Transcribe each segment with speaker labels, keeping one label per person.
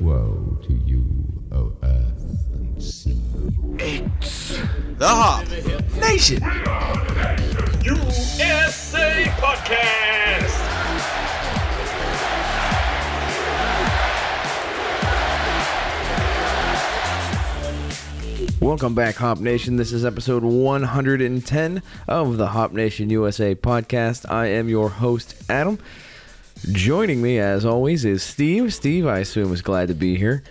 Speaker 1: Woe to you, O earth and sea.
Speaker 2: The Hop Nation.
Speaker 3: USA Podcast.
Speaker 4: Welcome back, Hop Nation. This is episode 110 of the Hop Nation USA podcast. I am your host, Adam. Joining me, as always, is Steve. Steve, I assume, is glad to be here.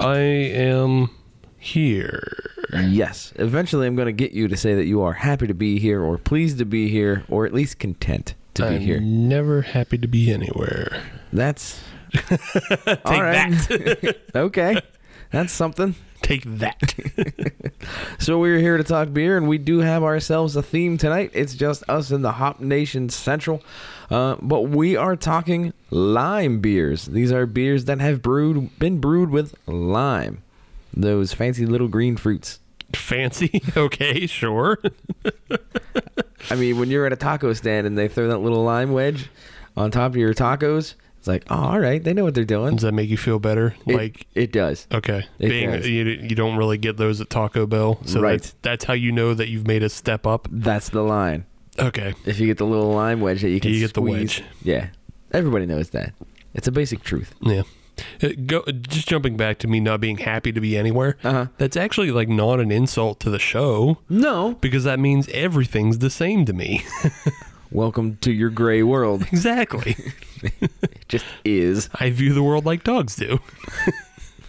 Speaker 5: I am here.
Speaker 4: Yes. Eventually, I'm going to get you to say that you are happy to be here, or pleased to be here, or at least content to be
Speaker 5: I'm
Speaker 4: here.
Speaker 5: never happy to be anywhere.
Speaker 4: That's. Take All right. okay. That's something.
Speaker 5: Take that.
Speaker 4: So we're here to talk beer, and we do have ourselves a theme tonight. It's just us in the Hop Nation Central, uh, but we are talking lime beers. These are beers that have brewed, been brewed with lime, those fancy little green fruits.
Speaker 5: Fancy. Okay, sure.
Speaker 4: I mean, when you're at a taco stand and they throw that little lime wedge on top of your tacos, it's like, oh, all right, they know what they're doing.
Speaker 5: Does that make you feel better?
Speaker 4: It-
Speaker 5: like
Speaker 4: it does.
Speaker 5: okay,
Speaker 4: It
Speaker 5: being
Speaker 4: does.
Speaker 5: you, you don't really get those at Taco Bell, so
Speaker 4: Right.
Speaker 5: that's, that's how you know that you've made a step up.
Speaker 4: That's the line.
Speaker 5: Okay,
Speaker 4: If you get the little lime wedge that you can
Speaker 5: You get the
Speaker 4: squeeze-
Speaker 5: wedge.
Speaker 4: Yeah, everybody knows that. It's a basic truth.
Speaker 5: yeah. Uh, Go just jumping back to me not being happy to be anywhere.
Speaker 4: Uh-huh.
Speaker 5: That's actually like not an insult to the show
Speaker 4: No.
Speaker 5: because that means everything's the same to me.
Speaker 4: Welcome to your gray world.
Speaker 5: exactly.
Speaker 4: just is
Speaker 5: I view the world like dogs do.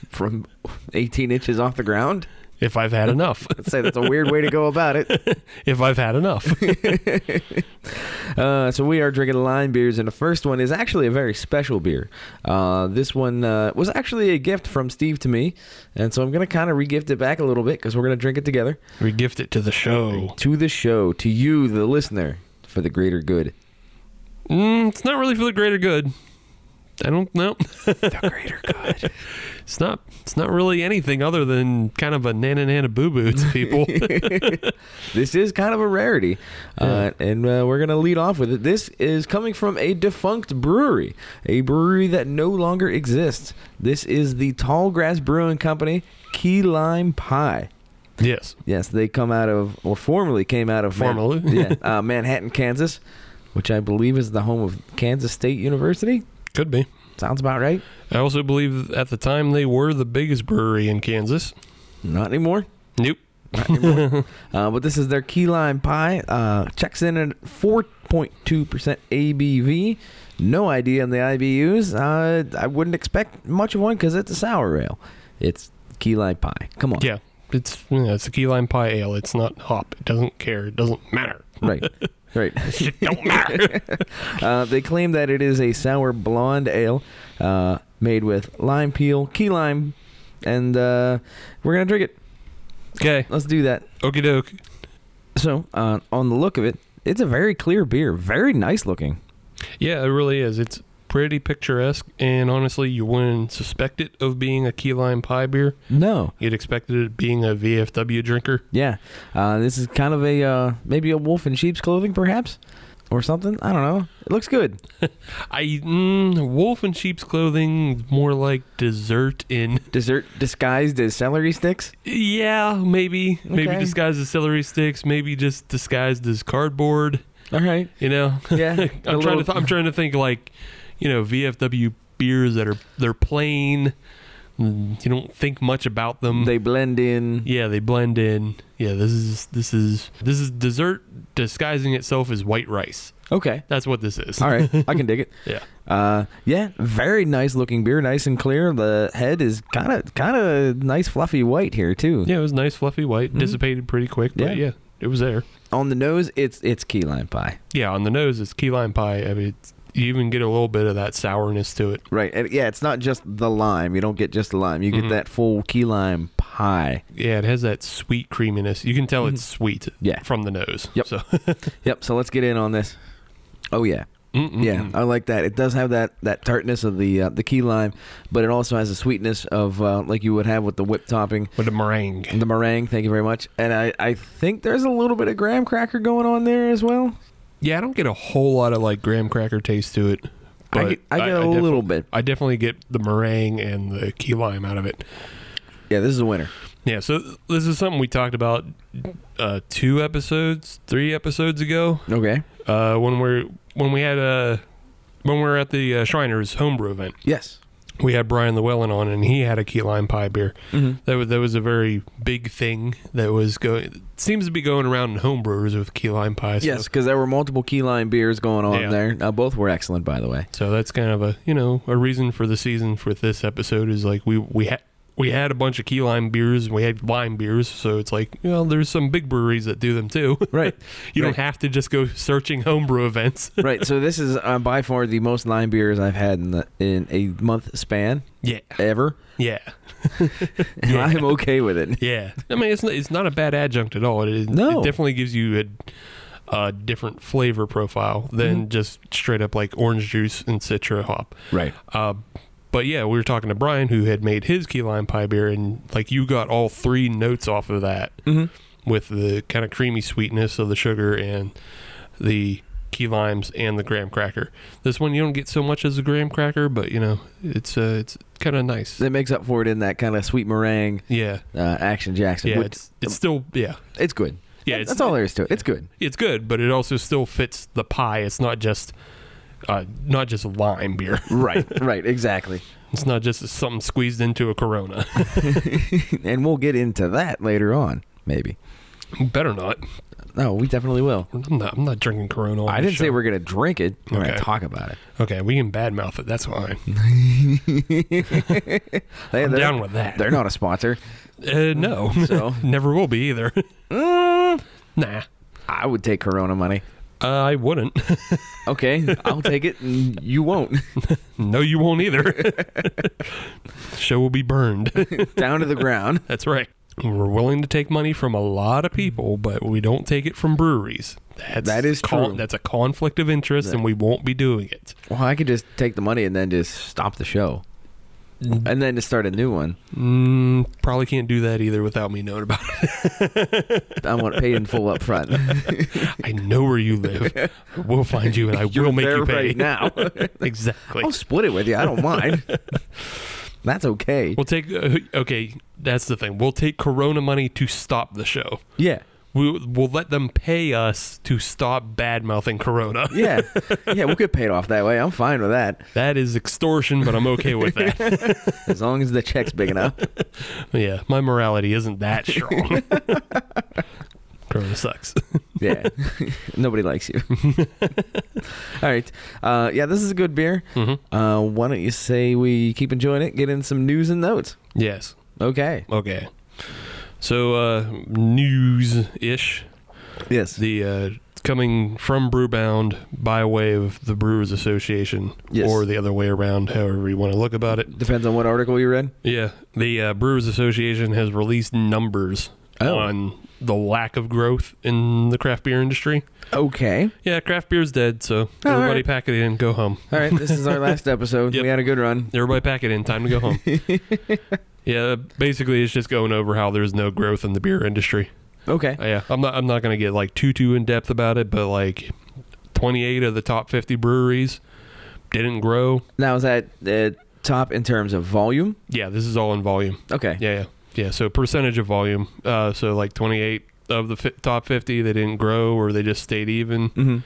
Speaker 4: from 18 inches off the ground.
Speaker 5: If I've had enough.
Speaker 4: I'd say that's a weird way to go about it.
Speaker 5: if I've had enough.
Speaker 4: Uh, so we are drinking lime beers, and the first one is actually a very special beer. Uh, this one uh, was actually a gift from Steve to me, and so I'm gonna kind of regift it back a little bit because we're gonna drink it together
Speaker 5: we gift it to the show.
Speaker 4: to the show, to you, the listener, for the greater good.
Speaker 5: Mm, it's not really for the greater good. I don't know.
Speaker 4: The greater good.
Speaker 5: It's not. It's not really anything other than kind of a nana nana boo boo to people.
Speaker 4: this is kind of a rarity, uh, and uh, we're gonna lead off with it. This is coming from a defunct brewery, a brewery that no longer exists. This is the Tallgrass Brewing Company, Key Lime Pie.
Speaker 5: yes.
Speaker 4: Yes, they come out of, or formerly came out of Man-
Speaker 5: Formerly.
Speaker 4: yeah, uh, Manhattan, Kansas, which I believe is the home of Kansas State University.
Speaker 5: Could be.
Speaker 4: Sounds about right.
Speaker 5: I also believe at the time they were the biggest brewery in Kansas.
Speaker 4: Not anymore.
Speaker 5: Nope.
Speaker 4: Uh, but this is their key lime pie. Uh, checks in at 4.2% ABV. No idea on the IBUs. Uh, I wouldn't expect much of one because it's a sour ale. It's key lime pie. Come on.
Speaker 5: Yeah. It's yeah, it's a key lime pie ale. It's not hop. It doesn't care. It doesn't matter.
Speaker 4: Right. Right.
Speaker 5: It don't matter.
Speaker 4: Uh, they claim that it is a sour blonde ale uh, made with lime peel, key lime, and uh, we're going to drink it.
Speaker 5: okay.
Speaker 4: Let's do that.
Speaker 5: Okie doke.
Speaker 4: So, uh, on the look of it, it's a very clear beer. Very nice looking.
Speaker 5: Yeah, it really is. It's pretty picturesque, and honestly, you wouldn't suspect it of being a key lime pie beer.
Speaker 4: No.
Speaker 5: You'd expect it being a VFW drinker.
Speaker 4: Yeah, uh, this is kind of a uh, maybe a wolf in sheep's clothing, perhaps, or something. I don't know. It looks good.
Speaker 5: I mm, wolf in sheep's clothing, more like dessert in.
Speaker 4: Dessert disguised as celery sticks.
Speaker 5: Yeah, maybe, maybe
Speaker 4: Okay.
Speaker 5: disguised as celery sticks, maybe just disguised as cardboard.
Speaker 4: All right.
Speaker 5: You know.
Speaker 4: Yeah,
Speaker 5: I'm
Speaker 4: a
Speaker 5: trying
Speaker 4: little-
Speaker 5: to. Th- I'm trying to think like, you know, VFW beers that are they're plain. mm, You don't think much about them.
Speaker 4: They blend in.
Speaker 5: Yeah, they blend in. Yeah, this is this is this is dessert disguising itself as white rice.
Speaker 4: Okay.
Speaker 5: That's what this is.
Speaker 4: All right. I can dig it.
Speaker 5: Yeah.
Speaker 4: Uh, yeah, very nice looking beer, nice and clear. The head is kind of kind of nice, fluffy white here too.
Speaker 5: Yeah, it was nice, fluffy white, dissipated pretty quick, but
Speaker 4: Mm-hmm. Yeah.
Speaker 5: yeah. it was there.
Speaker 4: On the nose, it's it's key lime pie.
Speaker 5: Yeah, on the nose it's key lime pie. I mean, it's, you even get a little bit of that sourness to it.
Speaker 4: Right. And yeah, it's not just the lime. You don't get just the lime. You
Speaker 5: Mm-hmm.
Speaker 4: get that full key lime pie.
Speaker 5: Yeah, it has that sweet creaminess. You can tell it's sweet
Speaker 4: Mm-hmm. Yeah.
Speaker 5: from the nose.
Speaker 4: Yep.
Speaker 5: So
Speaker 4: Yep. So let's get in on this. Oh yeah.
Speaker 5: Mm-mm.
Speaker 4: Yeah, I like that. It does have that, that tartness of the uh, the key lime, but it also has a sweetness of uh, like you would have with the whip topping,
Speaker 5: with a meringue.
Speaker 4: the meringue. Thank you very much. And I, I think there's a little bit of graham cracker going on there as well.
Speaker 5: Yeah, I don't get a whole lot of like graham cracker taste to it.
Speaker 4: I get- I get a
Speaker 5: defi-
Speaker 4: little bit.
Speaker 5: I definitely get the meringue and the key lime out of it.
Speaker 4: Yeah, this is a winner.
Speaker 5: Yeah, so this is something we talked about uh, two episodes, three episodes ago.
Speaker 4: Okay.
Speaker 5: Uh, when we when we had uh, when we were at the uh, Shriners homebrew event,
Speaker 4: Yes.
Speaker 5: we had Brian Llewellyn on, and he had a key lime pie beer.
Speaker 4: Mm-hmm.
Speaker 5: That was that was a very big thing that was going seems to be going around in homebrewers with key lime pie. So,
Speaker 4: Yes, because there were multiple key lime beers going on
Speaker 5: Yeah.
Speaker 4: there. Now both were excellent, by the way.
Speaker 5: so that's kind of a you know a reason for the season for this episode is like we we had. We had a bunch of key lime beers and we had lime beers, so it's like, you know, there's some big breweries that do them too.
Speaker 4: Right.
Speaker 5: you
Speaker 4: Right.
Speaker 5: don't have to just go searching homebrew events.
Speaker 4: right. So this is uh, by far the most lime beers I've had in the, in a month span
Speaker 5: yeah.
Speaker 4: ever,
Speaker 5: Yeah.
Speaker 4: and I'm okay with it.
Speaker 5: Yeah. I mean, it's not, it's not a bad adjunct at all. It, it
Speaker 4: No.
Speaker 5: definitely gives you a, a different flavor profile than
Speaker 4: Mm-hmm.
Speaker 5: just straight up like orange juice and citra hop.
Speaker 4: Right.
Speaker 5: Uh, but yeah, we were talking to Brian who had made his key lime pie beer, and like you got all three notes off of that with the kind of creamy sweetness of the sugar and the key limes and the graham cracker. This one you don't get so much as a graham cracker, but you know it's uh, it's kind of nice.
Speaker 4: That makes up for it in that kind of sweet meringue
Speaker 5: Yeah,
Speaker 4: uh, action Jackson.
Speaker 5: yeah,
Speaker 4: which-
Speaker 5: it's, it's still yeah,
Speaker 4: it's good.
Speaker 5: yeah.
Speaker 4: That-
Speaker 5: It's,
Speaker 4: that's all there is to it. It's good.
Speaker 5: it's good, but it also still fits the pie. It's not just uh, not just lime beer.
Speaker 4: Right. right. Exactly.
Speaker 5: It's not just something squeezed into a Corona.
Speaker 4: And we'll get into that later on, maybe.
Speaker 5: Better not.
Speaker 4: No, we definitely will.
Speaker 5: I'm not. I'm not drinking Corona. on
Speaker 4: I
Speaker 5: this
Speaker 4: didn't say
Speaker 5: show.
Speaker 4: we're gonna drink it. We're gonna
Speaker 5: Okay.
Speaker 4: talk about it.
Speaker 5: Okay, we can badmouth it. That's fine.
Speaker 4: They,
Speaker 5: I'm
Speaker 4: they're-
Speaker 5: down with that.
Speaker 4: They're not a sponsor.
Speaker 5: Uh, no,
Speaker 4: So? Mm.
Speaker 5: never will be either. nah,
Speaker 4: I would take Corona money.
Speaker 5: uh, I wouldn't.
Speaker 4: Okay, I'll take it. and You won't.
Speaker 5: no, you won't either. Show will be burned.
Speaker 4: Down to the ground.
Speaker 5: That's right. We're willing to take money from a lot of people, but we don't take it from breweries. That's
Speaker 4: That is
Speaker 5: con-
Speaker 4: true.
Speaker 5: That's a conflict of interest, and we won't be doing it.
Speaker 4: Well, I could just take the money and then just stop the show, and then just start a new one.
Speaker 5: Mm, probably can't do that either without me knowing about it.
Speaker 4: I want paid in full up front.
Speaker 5: I know where you live. We'll find you, and I
Speaker 4: You're
Speaker 5: will make
Speaker 4: there
Speaker 5: you pay
Speaker 4: right now.
Speaker 5: exactly.
Speaker 4: I'll split it with you. I don't mind. That's okay.
Speaker 5: We'll take uh, okay. That's the thing. We'll take Corona money to stop the show.
Speaker 4: Yeah.
Speaker 5: We will let them pay us to stop bad mouthing Corona.
Speaker 4: Yeah. Yeah, we'll get paid off that way. I'm fine with that.
Speaker 5: That is extortion, but I'm okay with that.
Speaker 4: As long as the check's big enough.
Speaker 5: yeah, my morality isn't that strong. Corona sucks.
Speaker 4: Yeah. Nobody likes you. All right. Uh, yeah, this is a good beer. Uh, why don't you say we keep enjoying it? Get in some news and notes.
Speaker 5: yes.
Speaker 4: Okay.
Speaker 5: Okay. So uh, news ish.
Speaker 4: Yes.
Speaker 5: the uh, coming from Brewbound by way of the Brewers Association,
Speaker 4: Yes.
Speaker 5: or the other way around, however you want to look about it.
Speaker 4: Depends on what article you read.
Speaker 5: Yeah, the uh, Brewers Association has released numbers
Speaker 4: Oh.
Speaker 5: on the lack of growth in the craft beer industry.
Speaker 4: Okay.
Speaker 5: Yeah, craft beer's dead, so
Speaker 4: All
Speaker 5: everybody
Speaker 4: right.
Speaker 5: pack it in, go home.
Speaker 4: All right. This is our last episode.
Speaker 5: Yep.
Speaker 4: We had a good run.
Speaker 5: Everybody pack it in, time to go home. yeah, basically it's just going over how there's no growth in the beer industry. Uh,
Speaker 4: Okay.
Speaker 5: Yeah, I'm not I'm not going to get like too too in depth about it, but like 28 of the top 50 breweries didn't grow.
Speaker 4: Now, is that the top in terms of volume?
Speaker 5: Yeah, this is all in volume.
Speaker 4: Okay.
Speaker 5: Yeah, yeah. Yeah, so percentage of volume. Uh, so like 28 of the fi- top 50 they didn't grow or they just stayed even.
Speaker 4: Mhm.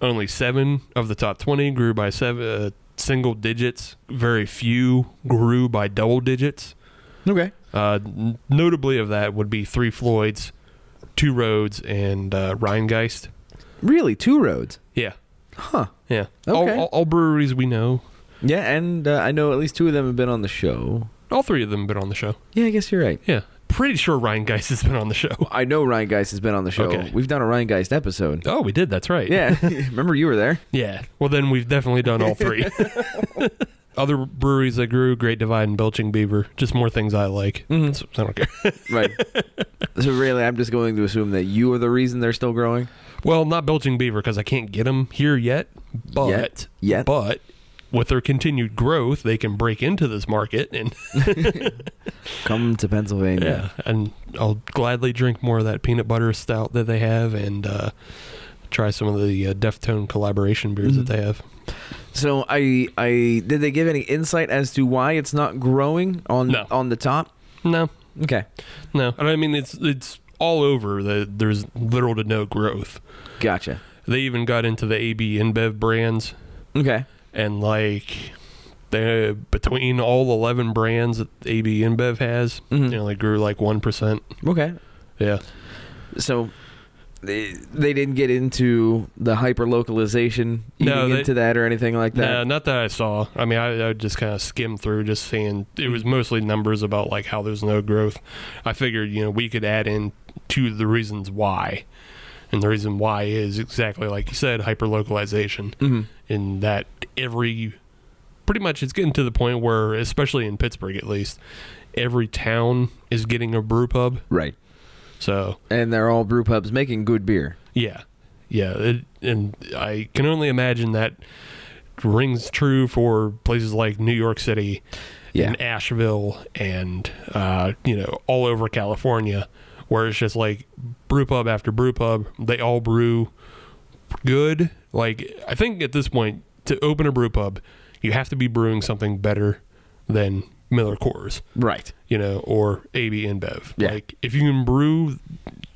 Speaker 5: Only 7 of the top 20 grew by seven uh, single digits. Very few grew by double digits.
Speaker 4: Okay.
Speaker 5: Uh, n- notably of that would be 3 Floyds, 2 Rhodes and uh, Rheingeist.
Speaker 4: Really? Two roads?
Speaker 5: Yeah.
Speaker 4: Huh.
Speaker 5: Yeah.
Speaker 4: Okay.
Speaker 5: All, all, all breweries we know,
Speaker 4: Yeah, and uh, I know at least two of them have been on the show.
Speaker 5: all three of them have been on the show.
Speaker 4: Yeah, I guess you're right.
Speaker 5: Yeah. Pretty sure Ryan Geist has been on the show.
Speaker 4: I know Ryan Geist has been on the show.
Speaker 5: Okay.
Speaker 4: We've done a Ryan Geist episode.
Speaker 5: Oh, we did. That's right.
Speaker 4: Yeah. Remember you were there?
Speaker 5: Yeah. Well, then we've definitely done all three. Other breweries that grew Great Divide and Belching Beaver. Just more things I like. So I don't care.
Speaker 4: Right. so really, I'm just going to assume that you are the reason they're still growing.
Speaker 5: well, not Belching Beaver because I can't get them here yet. But
Speaker 4: Yet. Yet.
Speaker 5: but with their continued growth, they can break into this market and
Speaker 4: Come to Pennsylvania.
Speaker 5: Yeah, and I'll gladly drink more of that peanut butter stout that they have, and uh, try some of the uh, Deftone collaboration beers that they have.
Speaker 4: So I I did they give any insight as to why it's not growing on
Speaker 5: No.
Speaker 4: on the top?
Speaker 5: No,
Speaker 4: Okay,
Speaker 5: no. And I mean, it's it's all over. The, there's little to no growth.
Speaker 4: gotcha.
Speaker 5: They even got into the AB InBev brands
Speaker 4: Okay,
Speaker 5: and like they between all 11 brands that AB InBev has,
Speaker 4: Mhm.
Speaker 5: you know, they grew like 1%.
Speaker 4: okay.
Speaker 5: Yeah.
Speaker 4: So they they didn't get into the hyper localization
Speaker 5: No, they-
Speaker 4: into that or anything like
Speaker 5: No,
Speaker 4: that.
Speaker 5: not that I saw. I mean, I, I just kind of skimmed through, just seeing it was mostly numbers about like how there's no growth. I figured, you know, we could add in to the reasons why, and the reason why is exactly like you said, hyperlocalization.
Speaker 4: Mhm.
Speaker 5: In that every, pretty much, it's getting to the point where, especially in Pittsburgh at least, every town is getting a brew pub.
Speaker 4: Right,
Speaker 5: So
Speaker 4: and they're all brew pubs making good beer.
Speaker 5: yeah, yeah, it, and I can only imagine that rings true for places like New York City,
Speaker 4: Yeah.
Speaker 5: and Asheville, and uh, you know all over California, where it's just like brew pub after brew pub. They all brew good. Like I think at this point, to open a brew pub, you have to be brewing something better than Miller Coors
Speaker 4: Right.
Speaker 5: you know, or AB InBev.
Speaker 4: Yeah.
Speaker 5: Like if you can brew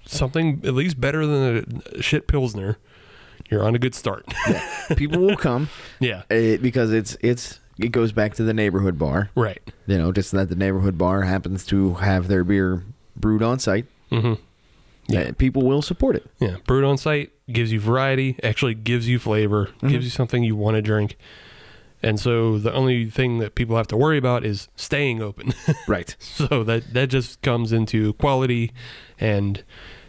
Speaker 5: something at least better than a shit pilsner, you're on a good start.
Speaker 4: People will come
Speaker 5: yeah.
Speaker 4: uh, because it's it's it goes back to the neighborhood bar.
Speaker 5: Right.
Speaker 4: You know, just that the neighborhood bar happens to have their beer brewed on site.
Speaker 5: Mm-hmm. Yeah.
Speaker 4: Uh, people will support it.
Speaker 5: Yeah. Brewed on site gives you variety. Actually, gives you flavor. Gives you something you want to drink. And so the only thing that people have to worry about is staying open.
Speaker 4: Right.
Speaker 5: so that that just comes into quality and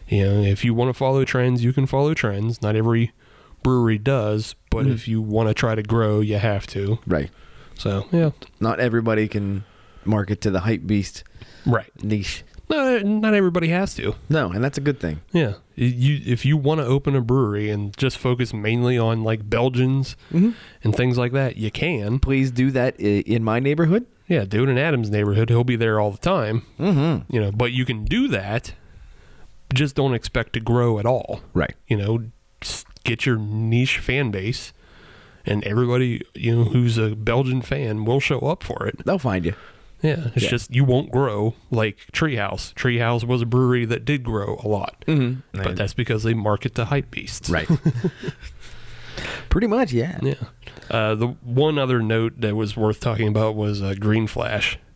Speaker 5: you know if you want to follow trends you can follow trends not every brewery does but if you want to try to grow you have to
Speaker 4: Right.
Speaker 5: so yeah
Speaker 4: Not everybody can market to the hype beast
Speaker 5: right
Speaker 4: niche.
Speaker 5: no, not everybody has to
Speaker 4: No, and that's a good thing.
Speaker 5: yeah you if you want to open a brewery and just focus mainly on like belgians and things like that you can
Speaker 4: Please do that i- in my neighborhood.
Speaker 5: yeah do it in adam's neighborhood he'll be there all the time
Speaker 4: Mm-hmm.
Speaker 5: you know but you can do that just don't expect to grow at all
Speaker 4: Right.
Speaker 5: you know, s- get your niche fan base, and everybody you know who's a Belgian fan will show up for it.
Speaker 4: They'll find you.
Speaker 5: Yeah, it's
Speaker 4: Yeah.
Speaker 5: just you won't grow like Treehouse. Treehouse was a brewery that did grow a lot,
Speaker 4: Mm-hmm.
Speaker 5: but that's because they market to hype beasts.
Speaker 4: right. Pretty much, yeah.
Speaker 5: Yeah. Uh, the one other note that was worth talking about was uh, Green Flash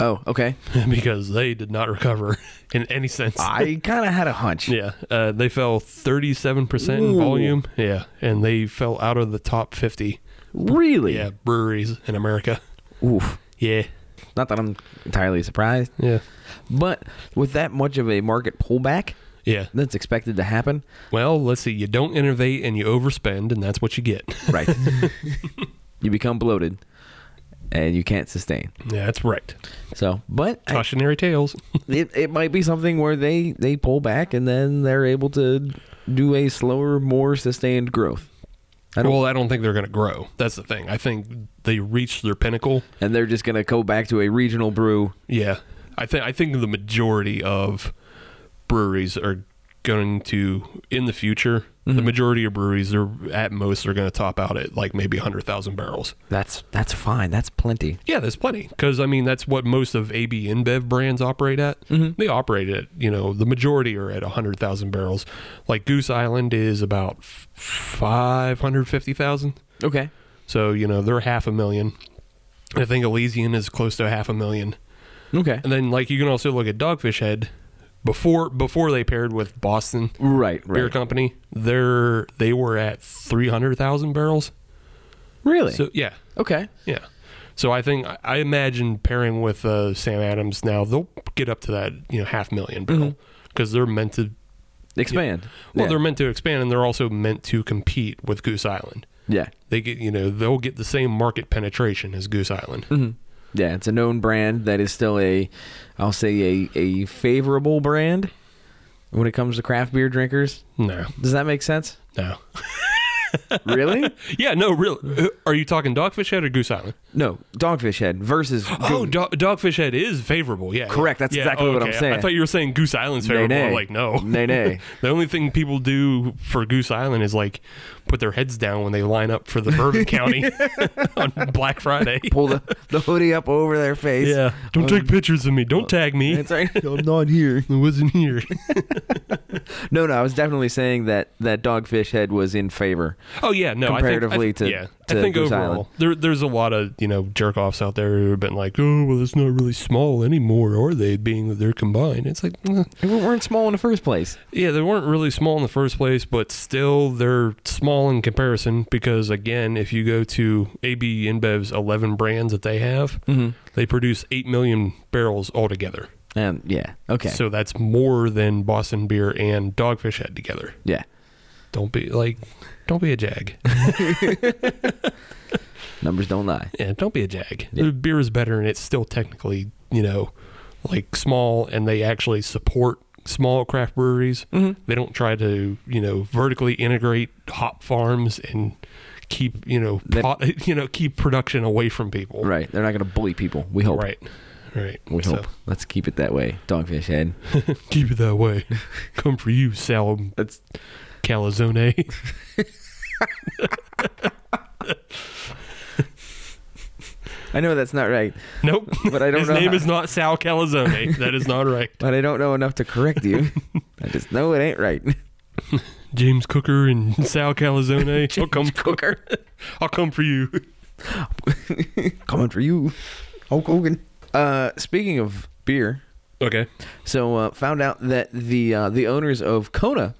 Speaker 4: Oh, okay.
Speaker 5: because they did not recover in any sense.
Speaker 4: I kind of had a hunch.
Speaker 5: Yeah, uh, they fell 37% in
Speaker 4: Ooh.
Speaker 5: volume. Yeah, and they fell out of the top 50.
Speaker 4: Really?
Speaker 5: Yeah, breweries in America.
Speaker 4: Oof.
Speaker 5: Yeah.
Speaker 4: Not that I'm entirely surprised,
Speaker 5: Yeah.
Speaker 4: but with that much of a market pullback
Speaker 5: Yeah.
Speaker 4: that's expected to happen,
Speaker 5: Well, let's see. You don't innovate and you overspend, and that's what you get.
Speaker 4: right? you become bloated, and you can't sustain.
Speaker 5: yeah, that's right.
Speaker 4: So, but I-
Speaker 5: Cautionary tales.
Speaker 4: it, it might be something where they they pull back and then they're able to do a slower, more sustained growth, I don't-
Speaker 5: well, I don't think they're going to grow. That's the thing. I think they reached their pinnacle.
Speaker 4: and they're just gonna go back to a regional brew.
Speaker 5: Yeah. I think I think the majority of breweries are going to in the future. The majority of breweries are at most are going to top out at like maybe 100,000 barrels.
Speaker 4: That's that's fine. That's plenty.
Speaker 5: Yeah, that's plenty. Because I mean, that's what most of AB InBev brands operate at. They operate at you know the majority are at hundred thousand barrels. Like Goose Island is about five hundred fifty thousand.
Speaker 4: Okay.
Speaker 5: So you know they're half a million. I think Elysian is close to half a million.
Speaker 4: Okay.
Speaker 5: And then like you can also look at Dogfish Head before before they paired with Boston
Speaker 4: Right.
Speaker 5: Beer
Speaker 4: Right.
Speaker 5: Company. They're they were at three hundred thousand barrels.
Speaker 4: really?
Speaker 5: So yeah,
Speaker 4: okay.
Speaker 5: yeah. So I think I- I imagine pairing with uh, Sam Adams now they'll get up to that you know half million barrel because they're meant to
Speaker 4: Expand.
Speaker 5: well
Speaker 4: Mm-hmm. Yeah.
Speaker 5: they're meant to expand and they're also meant to compete with Goose Island.
Speaker 4: yeah.
Speaker 5: They get you know they'll get the same market penetration as Goose Island.
Speaker 4: Hmm. Yeah, it's a known brand that is still a, I'll say a a favorable brand when it comes to craft beer drinkers.
Speaker 5: No,
Speaker 4: Does that make sense?
Speaker 5: no.
Speaker 4: Really?
Speaker 5: Yeah, no. Real? uh, Are you talking Dogfish Head or Goose Island?
Speaker 4: no, Dogfish Head versus
Speaker 5: Oh,
Speaker 4: Goon.
Speaker 5: Do- Dogfish Head is favorable. Yeah,
Speaker 4: Correct,
Speaker 5: yeah.
Speaker 4: that's
Speaker 5: Yeah,
Speaker 4: exactly what I'm
Speaker 5: okay. I
Speaker 4: saying.
Speaker 5: thought you were saying Goose Island's
Speaker 4: Nay,
Speaker 5: favorable. I'm
Speaker 4: nay.
Speaker 5: like no,
Speaker 4: Nay, nay.
Speaker 5: The only thing people do for Goose Island is like put their heads down when they line up for the Bourbon County on Black Friday.
Speaker 4: Pull the, the hoodie up over their face.
Speaker 5: Yeah, don't take pictures of me. Don't tag me.
Speaker 4: um, uh, It's like,
Speaker 6: I'm not here.
Speaker 5: I wasn't here.
Speaker 4: no, no, I was definitely saying that that dogfish head was in favor.
Speaker 5: Oh yeah, no. I think-
Speaker 4: Comparatively
Speaker 5: I think,
Speaker 4: to-
Speaker 5: yeah,
Speaker 4: to
Speaker 5: I think
Speaker 4: Goose Island.
Speaker 5: overall there, there's a lot of you know jerk offs out there who have been like, oh well, it's not really small anymore, are they? Being that they're combined, it's like, eh.
Speaker 4: They weren't small in the first place.
Speaker 5: yeah, they weren't really small in the first place, but still they're small in comparison because again, if you go to AB InBev's 11 brands that they have,
Speaker 4: Mm-hmm.
Speaker 5: they produce eight million barrels altogether.
Speaker 4: Um, yeah. Okay.
Speaker 5: So that's more than Boston Beer and Dogfish Head together.
Speaker 4: yeah.
Speaker 5: Don't be like, don't be a jag.
Speaker 4: Numbers don't lie.
Speaker 5: Yeah, don't be a jag.
Speaker 4: Yeah.
Speaker 5: The beer is better, and it's still technically, you know, like small, and they actually support small craft breweries. Mm-hmm. They don't try to, you know, vertically integrate hop farms and keep, you know,
Speaker 4: They-
Speaker 5: pot, you know, keep production away from people.
Speaker 4: Right. They're not going to bully people. We hope.
Speaker 5: right, right.
Speaker 4: We
Speaker 5: So,
Speaker 4: hope. Let's keep it that way. Dogfish head.
Speaker 5: keep it that way. Come for you, Sal
Speaker 4: That's
Speaker 5: Calzone.
Speaker 4: I know that's not right,
Speaker 5: nope.
Speaker 4: but I don't
Speaker 5: His
Speaker 4: know.
Speaker 5: name
Speaker 4: how-
Speaker 5: is not Sal Calzone. that is not right.
Speaker 4: but I don't know enough to correct you. I just know it ain't right.
Speaker 5: James Cooker and Sal Calzone. I'll come.
Speaker 4: Cooker.
Speaker 5: I'll come for you.
Speaker 4: Coming for you. Hulk Hogan. Uh, speaking of beer,
Speaker 5: Okay.
Speaker 4: so uh, found out that the uh, the owners of Kona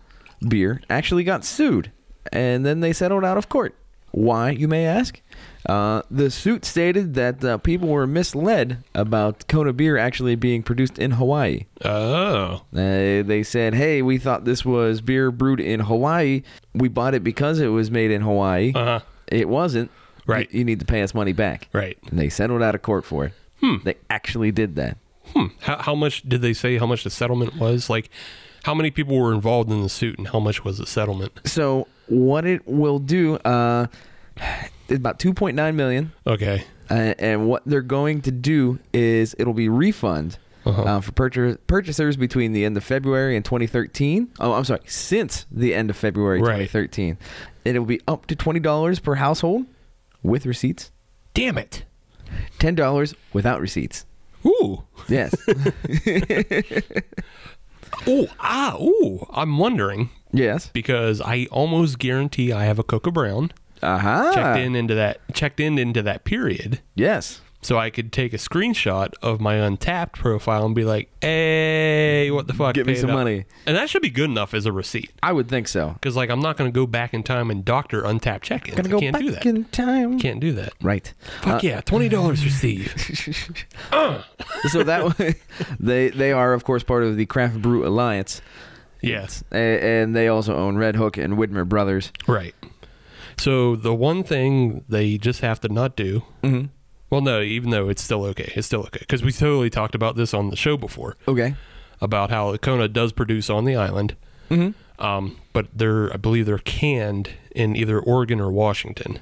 Speaker 4: beer actually got sued, and then they settled out of court. Why, you may ask? Uh, the suit stated that uh, people were misled about Kona beer actually being produced in Hawaii. Uh,
Speaker 5: Oh.
Speaker 4: they said, "Hey, we thought this was beer brewed in Hawaii. We bought it because it was made in Hawaii.
Speaker 5: Uh-huh.
Speaker 4: It wasn't.
Speaker 5: Right.
Speaker 4: You, you need to pay us money back.
Speaker 5: Right.
Speaker 4: And they settled out of court for it. They actually did that.
Speaker 5: Hmm. How, how much did they say how much the settlement was? Like, how many people were involved in the suit and how much was the settlement?
Speaker 4: So what it will do? Uh, about 2.9 million.
Speaker 5: Okay.
Speaker 4: Uh, and what they're going to do is it'll be refund
Speaker 5: Uh-huh.
Speaker 4: uh, for purchas- purchasers between the end of February and 2013. Oh, I'm sorry, since the end of February
Speaker 5: Right.
Speaker 4: 2013. And it'll be up to $20 per household with receipts,
Speaker 5: Damn it.
Speaker 4: $10 without receipts.
Speaker 5: Ooh.
Speaker 4: Yes.
Speaker 5: Ooh. Ah. Ooh. I'm wondering
Speaker 4: yes.
Speaker 5: because I almost guarantee I have a Coca Brown
Speaker 4: Uh huh.
Speaker 5: checked in into that checked in into that period.
Speaker 4: Yes.
Speaker 5: So I could take a screenshot of my untapped profile and be like, "Hey, what the fuck?
Speaker 4: Get me
Speaker 5: paid
Speaker 4: some
Speaker 5: up."
Speaker 4: money.
Speaker 5: And that should be good enough as a receipt.
Speaker 4: I would think so.
Speaker 5: Because like I'm not going to go back in time and doctor untapped check-ins.
Speaker 4: Gotta
Speaker 5: I
Speaker 4: go
Speaker 5: can't
Speaker 4: back
Speaker 5: do that.
Speaker 4: in Uh, time.
Speaker 5: Can't do that.
Speaker 4: Right.
Speaker 5: Fuck yeah, twenty dollars for Steve. Uh.
Speaker 4: So that way, they they are of course part of the Craft Brew Alliance,
Speaker 5: yes,
Speaker 4: a- and they also own Red Hook and Widmer Brothers.
Speaker 5: right. So the one thing they just have to not do. Mm-hmm. Well, no, even though it's still okay, it's still okay because we totally talked about this on the show before
Speaker 4: Okay.
Speaker 5: about how Kona does produce on the island, mm-hmm. um, but they're I believe they're canned in either Oregon or Washington,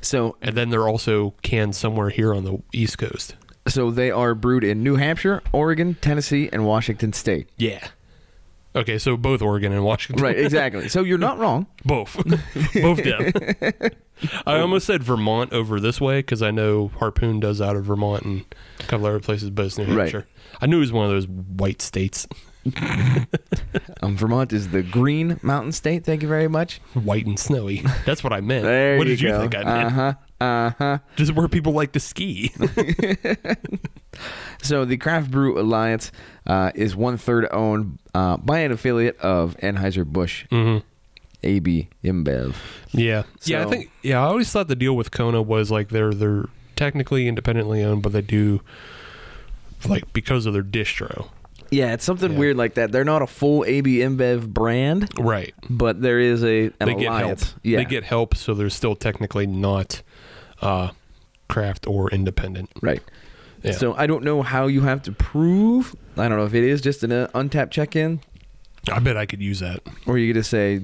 Speaker 4: So
Speaker 5: and then they're also canned somewhere here on the East Coast.
Speaker 4: so they are brewed in New Hampshire, Oregon, Tennessee, and Washington State.
Speaker 5: Yeah. Okay, so both Oregon and Washington.
Speaker 4: Right, exactly. So you're not wrong.
Speaker 5: Both. Both down. I almost said Vermont over this way because I know Harpoon does out of Vermont and a couple other places, but it's New
Speaker 4: Right.
Speaker 5: Hampshire. I knew it was one of those white states.
Speaker 4: Um, Vermont is the Green Mountain State. Thank you very much.
Speaker 5: White and snowy. That's what I meant.
Speaker 4: There
Speaker 5: what
Speaker 4: you
Speaker 5: did you
Speaker 4: go.
Speaker 5: think I meant?
Speaker 4: Uh huh. Uh huh.
Speaker 5: Just where people like to ski.
Speaker 4: So the Craft Brew Alliance uh, is one third owned uh, by an affiliate of Anheuser Busch AB InBev.
Speaker 5: Mm-hmm. yeah. yeah, I
Speaker 4: So-
Speaker 5: think yeah, I always thought the deal with Kona was like they're they're technically independently owned, but they do like because of their distro.
Speaker 4: Yeah, it's something
Speaker 5: Yeah.
Speaker 4: weird like that. They're not a full AB InBev brand,
Speaker 5: Right.
Speaker 4: but there is a an
Speaker 5: they
Speaker 4: alliance.
Speaker 5: get help.
Speaker 4: Yeah,
Speaker 5: They get help, so they're still technically not uh, craft or independent.
Speaker 4: right.
Speaker 5: Yeah.
Speaker 4: So I don't know how you have to prove. I don't know if it is just an uh, untapped check-in,
Speaker 5: I bet I could use that.
Speaker 4: or you could just say,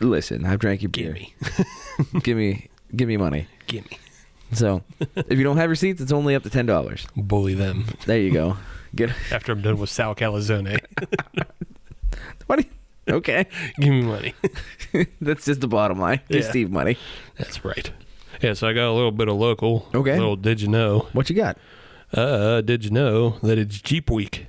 Speaker 4: "Listen, I've drank your beer.
Speaker 5: Gimme.
Speaker 4: give me, give me money."
Speaker 5: Gimme.
Speaker 4: So if you don't have receipts, it's only up to ten dollars.
Speaker 5: Bully them
Speaker 4: There you go. Get
Speaker 5: after I'm done with Sal Calzone.
Speaker 4: why do you, Okay.
Speaker 5: Give me money.
Speaker 4: That's just the bottom line. Give
Speaker 5: Yeah.
Speaker 4: Steve money.
Speaker 5: That's right. Yeah, so I got a little bit of local.
Speaker 4: Okay.
Speaker 5: Little did you know?
Speaker 4: What you got?
Speaker 5: Uh, did you know that it's Jeep Week?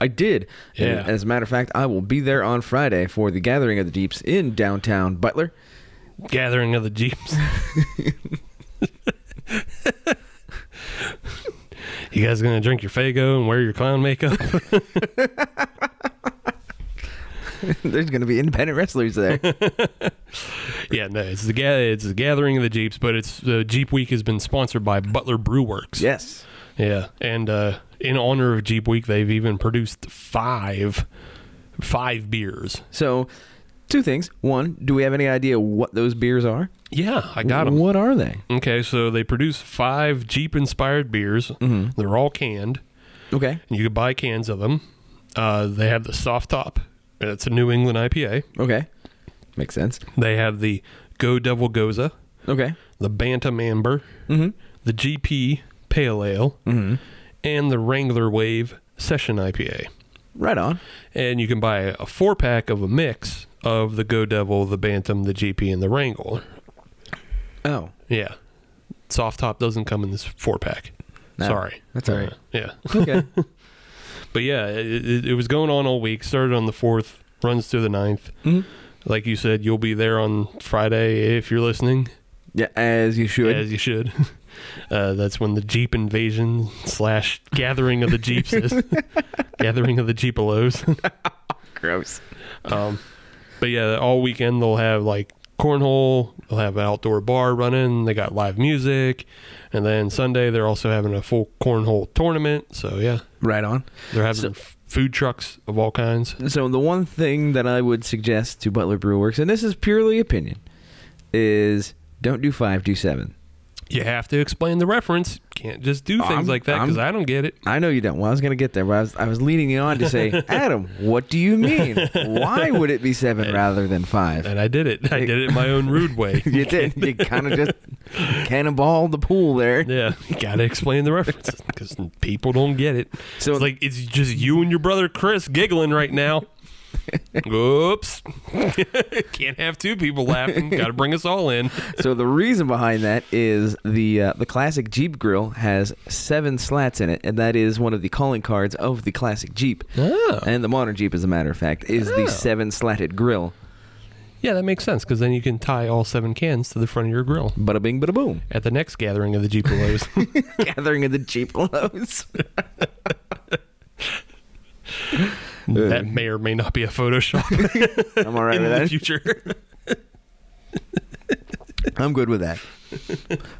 Speaker 4: I did. And
Speaker 5: Yeah.
Speaker 4: as a matter of fact, I will be there on Friday for the gathering of the Jeeps in downtown Butler.
Speaker 5: Gathering of the Jeeps. you guys gonna drink your Fago and wear your clown makeup?
Speaker 4: There's going to be independent wrestlers there.
Speaker 5: yeah, no, it's the ga- it's the gathering of the Jeeps, but it's uh, Jeep Week has been sponsored by Butler Brew Works.
Speaker 4: yes.
Speaker 5: Yeah, and uh, in honor of Jeep Week, they've even produced five five beers.
Speaker 4: So, two things. One, do we have any idea what those beers are?
Speaker 5: Yeah, I got them.
Speaker 4: What are they?
Speaker 5: Okay, so they produce five Jeep inspired beers.
Speaker 4: Mm-hmm.
Speaker 5: They're all canned,
Speaker 4: Okay.
Speaker 5: and you can buy cans of them. Uh, they have the soft top, and it's a New England IPA.
Speaker 4: Okay. Makes sense.
Speaker 5: They have the Go Devil Goza,
Speaker 4: Okay. Mm-hmm.
Speaker 5: the Bantam Amber, the GP Pale Ale, and the Wrangler Wave Session IPA.
Speaker 4: Right on.
Speaker 5: And you can buy a four pack of a mix of the Go Devil, the Bantam, the GP, and the Wrangler.
Speaker 4: Oh.
Speaker 5: Yeah. Soft top doesn't come in this four pack.
Speaker 4: No,
Speaker 5: Sorry.
Speaker 4: that's all right.
Speaker 5: Uh, yeah.
Speaker 4: Okay.
Speaker 5: But yeah, it, it, it was going on all week. Started on the 4th, runs through the 9th.
Speaker 4: Mhm.
Speaker 5: Like you said, you'll be there on Friday if you're listening,
Speaker 4: yeah, as you should.
Speaker 5: as you should. Uh, that's when the Jeep invasion slash gathering of the Jeeps is. gathering of the Jeepalos.
Speaker 4: Gross.
Speaker 5: um, but yeah, all weekend they'll have like cornhole, they'll have an outdoor bar running, they got live music. And then Sunday they're also having a full cornhole tournament. So yeah,
Speaker 4: Right on.
Speaker 5: they're having f- food trucks of all kinds.
Speaker 4: So the one thing that I would suggest to Butler Brew Works, and this is purely opinion, is don't do five, do seven.
Speaker 5: You have to explain the reference. Can't just do
Speaker 4: Oh,
Speaker 5: things
Speaker 4: I'm-
Speaker 5: like that because
Speaker 4: I'm-
Speaker 5: I don't get it.
Speaker 4: I know you don't. Well, I was going to get there, but I was, I was leading you on to say, Adam, what do you mean? Why would it be seven rather than five?
Speaker 5: And I did it. I did it in my own rude way.
Speaker 4: You did. You kind of just cannonball the pool there.
Speaker 5: Yeah, you gotta explain the references because people don't get it.
Speaker 4: So-
Speaker 5: So it's like it's just you and your brother Chris giggling right now. Oops, can't have two people laughing. Got to bring us all in.
Speaker 4: So the reason behind that is the uh, the classic Jeep grill has seven slats in it, and that is one of the calling cards of the classic Jeep.
Speaker 5: Oh.
Speaker 4: And the modern Jeep, as a matter of fact, is the seven slatted grill.
Speaker 5: Yeah, that makes sense because then you can tie all seven cans to the front of your grill
Speaker 4: Bada bing, bada boom.
Speaker 5: at the next gathering of the Jeepalos.
Speaker 4: Gathering of the Jeep lows.
Speaker 5: that may or may not be a Photoshop
Speaker 4: I'm all right
Speaker 5: in
Speaker 4: with
Speaker 5: the
Speaker 4: that.
Speaker 5: future.
Speaker 4: I'm good with that.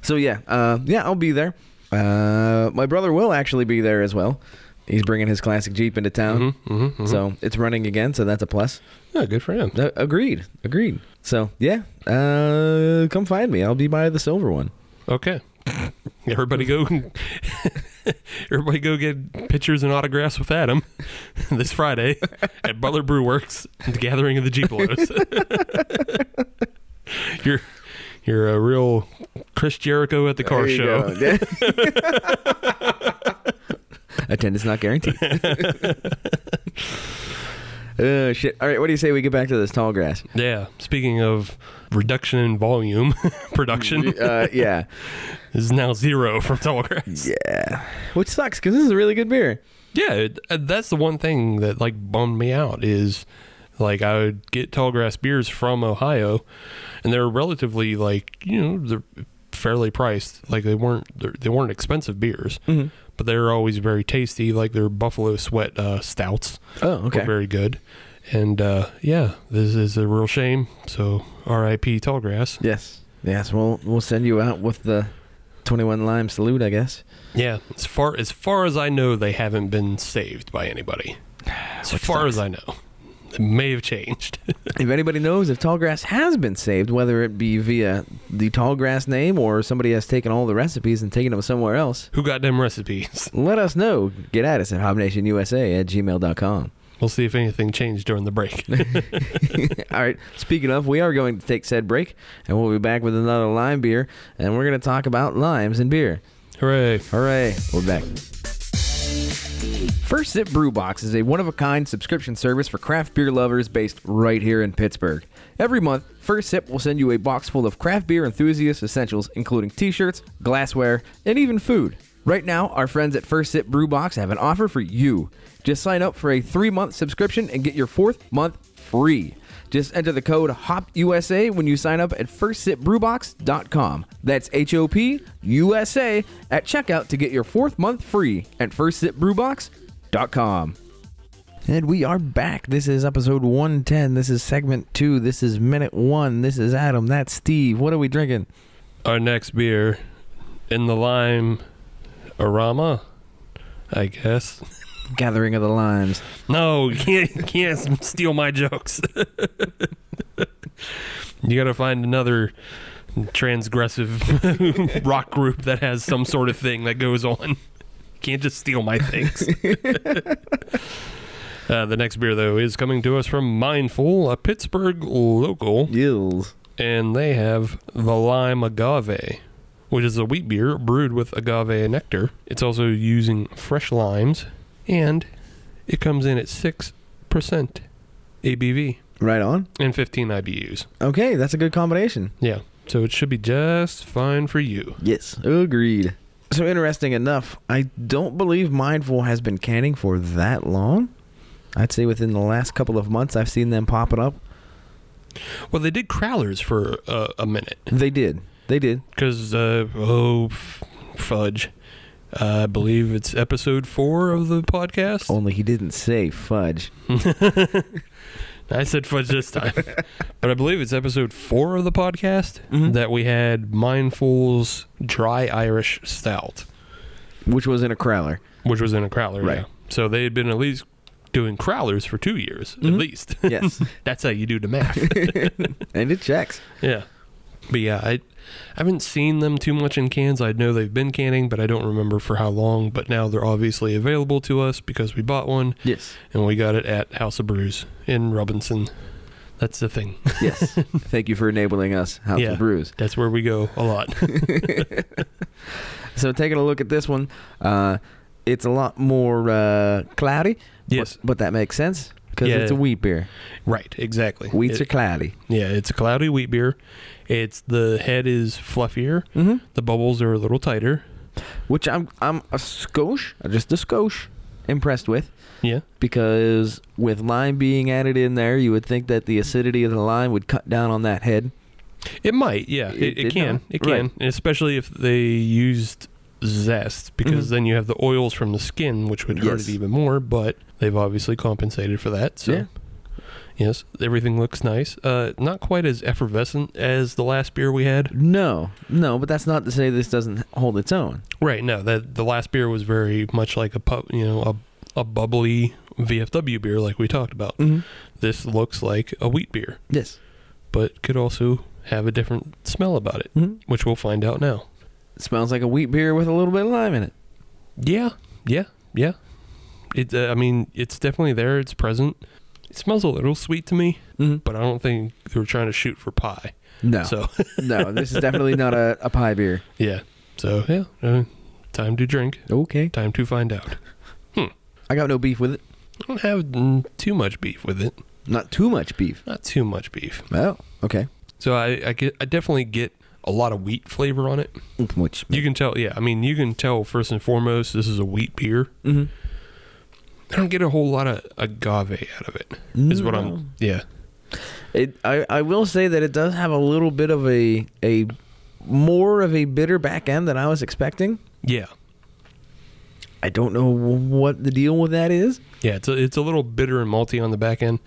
Speaker 4: so yeah, uh, yeah, I'll be there. Uh, my brother will actually be there as well. He's bringing his classic Jeep into
Speaker 5: Mm-hmm,
Speaker 4: town, so it's running again. So that's a plus.
Speaker 5: Yeah, good for him.
Speaker 4: Uh, agreed. Agreed. So yeah, uh, come find me. I'll be by the silver one.
Speaker 5: Okay. Everybody go Everybody go get pictures and autographs with Adam this Friday at Butler Brew Works at the gathering of the Jeepalos. you're you're a real Chris Jericho at the car
Speaker 4: There you
Speaker 5: show.
Speaker 4: go. Attendance not guaranteed. Oh shit! All right, what do you say we get back to this tall grass?
Speaker 5: Yeah. Speaking of reduction in volume production
Speaker 4: Uh, yeah,
Speaker 5: is now zero from Telegrass.
Speaker 4: yeah. Which sucks because this is a really good beer.
Speaker 5: Yeah, it- uh, that's the one thing that like bummed me out is like I would get Tallgrass beers from Ohio, and they're relatively like you know they're fairly priced. Like they weren't they're- they weren't expensive beers,
Speaker 4: Mm-hmm.
Speaker 5: but they're always very tasty. Like their Buffalo Sweat uh, stouts
Speaker 4: Oh,
Speaker 5: were very good. And uh, yeah, this is a real shame. So R.I.P. Tallgrass.
Speaker 4: Yes, yes. We'll we'll send you out with the twenty-one lime salute, I guess.
Speaker 5: Yeah, as far as far as I know, they haven't been saved by anybody. As far as I know, it may have changed.
Speaker 4: If anybody knows if Tallgrass has been saved, whether it be via the Tallgrass name or somebody has taken all the recipes and taken them somewhere else,
Speaker 5: Who got them recipes?
Speaker 4: let us know. Get at us at hobnationusa at gmail.com.
Speaker 5: We'll see if anything changed during the break.
Speaker 4: all right, speaking of, we are going to take said break and we'll be back with another lime beer and we're going to talk about limes and beer.
Speaker 5: Hooray.
Speaker 4: Hooray, we're back.
Speaker 6: First Sip Brew Box is a one of a kind subscription service for craft beer lovers based right here in Pittsburgh. Every month, First Sip will send you a box full of craft beer enthusiast essentials, including t shirts, glassware, and even food. Right now, our friends at First Sip Brew Box have an offer for you. Just sign up for a three month subscription and get your fourth month free. Just enter the code HOPUSA when you sign up at firstsipbrewbox.com. That's H O P U S A at checkout to get your fourth month free at firstsipbrewbox.com.
Speaker 4: And we are back. This is episode 110. This is segment two. This is minute one. This is Adam. That's Steve. What are we drinking?
Speaker 5: Our next beer in the lime arama, I guess.
Speaker 4: Gathering of the Limes.
Speaker 5: No, you can't, you can't steal my jokes. you got to find another transgressive rock group that has some sort of thing that goes on. Can't just steal my things. uh, the next beer, though, is coming to us from Mindful, a Pittsburgh local
Speaker 4: Yills.
Speaker 5: and they have the lime agave, which is a wheat beer brewed with agave nectar. It's also using fresh limes, and it comes in at six percent ABV
Speaker 4: Right on.
Speaker 5: and 15 IBUs.
Speaker 4: Okay, that's a good combination.
Speaker 5: Yeah, so it should be just fine for you.
Speaker 4: Yes, agreed. So interesting enough, I don't believe Mindful has been canning for that long. I'd say within the last couple of months, I've seen them popping up.
Speaker 5: Well, they did crowlers for uh, a minute
Speaker 4: They did. They did.
Speaker 5: because uh, oh f- fudge. I believe it's episode four of the podcast.
Speaker 4: Only he didn't say fudge.
Speaker 5: I said fudge this time. but I believe it's episode four of the podcast
Speaker 4: Mhm.
Speaker 5: that we had Mindful's Dry Irish Stout,
Speaker 4: Which was in a crowler.
Speaker 5: which was in a crowler.
Speaker 4: Right.
Speaker 5: yeah. So they had been at least doing crowlers for two years, at
Speaker 4: Mhm.
Speaker 5: least.
Speaker 4: Yes.
Speaker 5: That's how you do the math.
Speaker 4: and it checks.
Speaker 5: yeah. But yeah, I, I haven't seen them too much in cans. I know they've been canning, but I don't remember for how long. But now they're obviously available to us because we bought one
Speaker 4: Yes.
Speaker 5: and we got it at House of Brews in Robinson. That's the thing.
Speaker 4: Yes. Thank you for enabling us, House
Speaker 5: Yeah.
Speaker 4: of Brews.
Speaker 5: That's where we go a lot.
Speaker 4: So taking a look at this one, uh, it's a lot more uh, cloudy. but-
Speaker 5: Yes.
Speaker 4: But, that makes sense because
Speaker 5: Yeah.
Speaker 4: it's a wheat beer.
Speaker 5: Right, exactly.
Speaker 4: Wheats
Speaker 5: It-
Speaker 4: are cloudy.
Speaker 5: yeah, it's a cloudy wheat beer. It's the head is fluffier.
Speaker 4: Mm-hmm.
Speaker 5: The bubbles are a little tighter.
Speaker 4: Which I'm I'm a skosh, just a skosh, impressed with
Speaker 5: Yeah,
Speaker 4: because with lime being added in there, you would think that the acidity of the lime would cut down on that head.
Speaker 5: it might. Yeah,
Speaker 4: It
Speaker 5: it, it
Speaker 4: did
Speaker 5: can.
Speaker 4: not.
Speaker 5: It can, And especially if they used zest, because
Speaker 4: Mhm.
Speaker 5: then you have the oils from the skin, which would hurt
Speaker 4: Yes.
Speaker 5: it even more. But they've obviously compensated for that. So.
Speaker 4: Yeah.
Speaker 5: Yes, everything looks nice. Uh, not quite as effervescent as the last beer we had.
Speaker 4: No, no, but that's not to say this doesn't hold its own.
Speaker 5: Right. No, that the last beer was very much like a pub, you know, a, a bubbly VFW beer, like we talked about.
Speaker 4: Mm-hmm.
Speaker 5: This looks like a wheat beer,
Speaker 4: Yes.
Speaker 5: but could also have a different smell about it,
Speaker 4: Mm-hmm.
Speaker 5: which we'll find out now.
Speaker 4: smells like a wheat beer with a little bit of lime in it.
Speaker 5: Yeah. Yeah. Yeah. It. Uh, I mean, it's definitely there. It's present. It smells a little sweet to me,
Speaker 4: Mm-hmm.
Speaker 5: but I don't think they were trying to shoot for pie.
Speaker 4: No,
Speaker 5: So
Speaker 4: no, this is definitely not a, a pie beer.
Speaker 5: yeah. So yeah. Uh, time to drink.
Speaker 4: Okay,
Speaker 5: Time to find out.
Speaker 4: I got no beef with it.
Speaker 5: I don't have mm, too much beef with it.
Speaker 4: Not too much beef.
Speaker 5: Not too much beef.
Speaker 4: Oh, okay.
Speaker 5: So I, I get I definitely get a lot of wheat flavor on it.
Speaker 4: Which
Speaker 5: You can tell, yeah. I mean, you can tell first and foremost this is a wheat beer.
Speaker 4: Mhm.
Speaker 5: I don't get a whole lot of agave out of it. Is what I'm. Yeah,
Speaker 4: It, I, I will say that it does have a little bit of a a more of a bitter back end than I was expecting.
Speaker 5: yeah,
Speaker 4: I don't know wh- what the deal with that is.
Speaker 5: yeah. It's a, it's a little bitter and malty on the back end.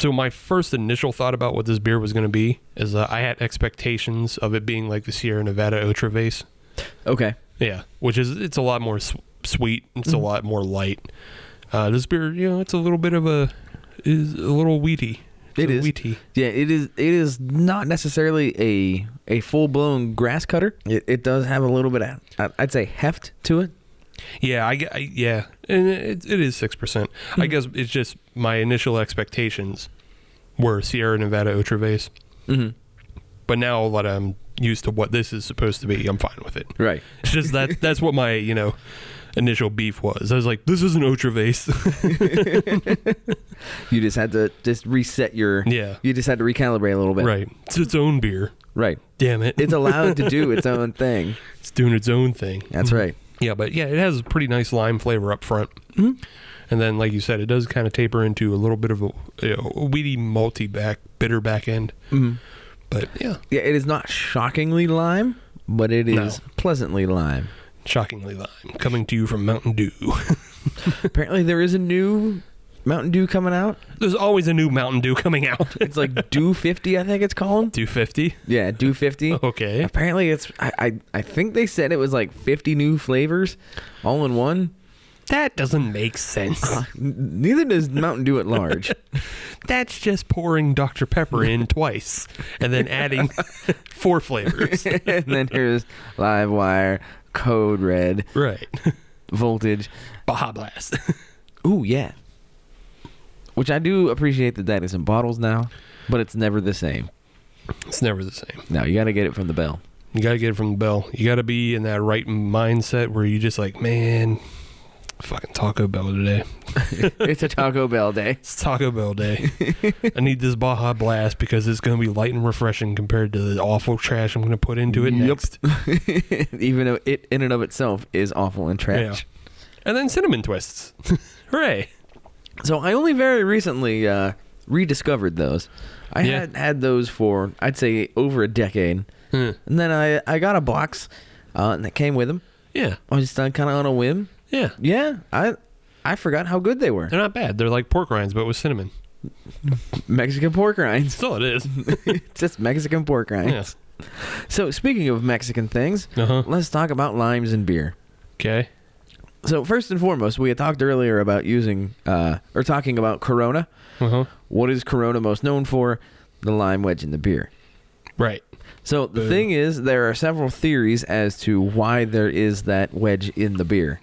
Speaker 5: So my first initial thought about what this beer was going to be is uh, I had expectations of it being like the Sierra Nevada Otra Vase.
Speaker 4: Okay.
Speaker 5: Yeah, which is it's a lot more s sweet. It's
Speaker 4: Mm-hmm.
Speaker 5: a lot more light. Uh, this beer, you know, it's a little bit of a is a little wheaty. It's
Speaker 4: It
Speaker 5: a
Speaker 4: is.
Speaker 5: wheaty.
Speaker 4: Yeah, it is. It is not necessarily a a full blown grass cutter. It, it does have a little bit of I- I'd say heft to it.
Speaker 5: Yeah, I, gue- I- yeah, and it, it is six percent.
Speaker 4: Mm-hmm.
Speaker 5: I guess it's just my initial expectations were Sierra Nevada Otra Vase,
Speaker 4: Mm-hmm.
Speaker 5: but now that I'm used to what this is supposed to be, I'm fine with it.
Speaker 4: Right.
Speaker 5: It's just that that's what my you know initial beef was. I was like, this is an Otra vase.
Speaker 4: You just had to just reset your.
Speaker 5: Yeah.
Speaker 4: You just had to recalibrate a little bit.
Speaker 5: right. It's its own beer.
Speaker 4: Right.
Speaker 5: Damn it.
Speaker 4: It's allowed to do its own thing.
Speaker 5: it's doing its own thing.
Speaker 4: That's right.
Speaker 5: Yeah, but yeah, it has a pretty nice lime flavor up front.
Speaker 4: Mm-hmm.
Speaker 5: And then, like you said, it does kind of taper into a little bit of a, you know, a weedy, malty back, bitter back end. But yeah,
Speaker 4: Yeah, it is not shockingly lime, but it is
Speaker 5: No.
Speaker 4: pleasantly lime.
Speaker 5: shockingly lime. Coming to you from Mountain Dew.
Speaker 4: Apparently, there is a new Mountain Dew coming out.
Speaker 5: There's always a new Mountain Dew coming out.
Speaker 4: It's like Dew 50, I think it's called.
Speaker 5: 250.
Speaker 4: Yeah, Dew 50.
Speaker 5: Oh, Okay.
Speaker 4: Apparently, it's. I, I, I think they said it was like 50 new flavors all in one. Uh,
Speaker 5: That doesn't make sense.
Speaker 4: Neither does Mountain Dew at large.
Speaker 5: That's just pouring Dr. Pepper in twice and then adding four flavors.
Speaker 4: and then here's Live Wire, Code Red,
Speaker 5: Right.
Speaker 4: Voltage.
Speaker 5: Baja Blast.
Speaker 4: Ooh, yeah. Which I do appreciate that that is in bottles now, but it's never the same.
Speaker 5: It's never the same.
Speaker 4: No, you got to get it from the bell.
Speaker 5: You got to get it from the bell. You got to be in that right mindset where you just like, man, fucking Taco Bell today.
Speaker 4: it's a Taco Bell day.
Speaker 5: It's Taco Bell day. I need this Baja Blast because it's going to be light and refreshing compared to the awful trash I'm going to put into it
Speaker 4: Yep.
Speaker 5: next.
Speaker 4: Even though it in and of itself is awful and trash.
Speaker 5: And then cinnamon twists. Hooray.
Speaker 4: So I only very recently uh, rediscovered those. I
Speaker 5: Yeah.
Speaker 4: had had those for I'd say over a decade,
Speaker 5: Huh.
Speaker 4: and then I I got a box uh, and it came with them.
Speaker 5: Yeah.
Speaker 4: I was just kind of on a whim.
Speaker 5: Yeah.
Speaker 4: Yeah, I I forgot how good they were.
Speaker 5: They're not bad. They're like pork rinds, but with cinnamon.
Speaker 4: Mexican pork rinds,
Speaker 5: Still, it is.
Speaker 4: just Mexican pork rinds.
Speaker 5: yes.
Speaker 4: So speaking of Mexican things,
Speaker 5: Uh huh.
Speaker 4: let's talk about limes and beer.
Speaker 5: Okay.
Speaker 4: So first and foremost, we had talked earlier about using uh, or talking about Corona.
Speaker 5: Uh huh.
Speaker 4: What is Corona most known for? The lime wedge in the beer.
Speaker 5: Right.
Speaker 4: So the
Speaker 5: Boom.
Speaker 4: thing is, there are several theories as to why there is that wedge in the beer.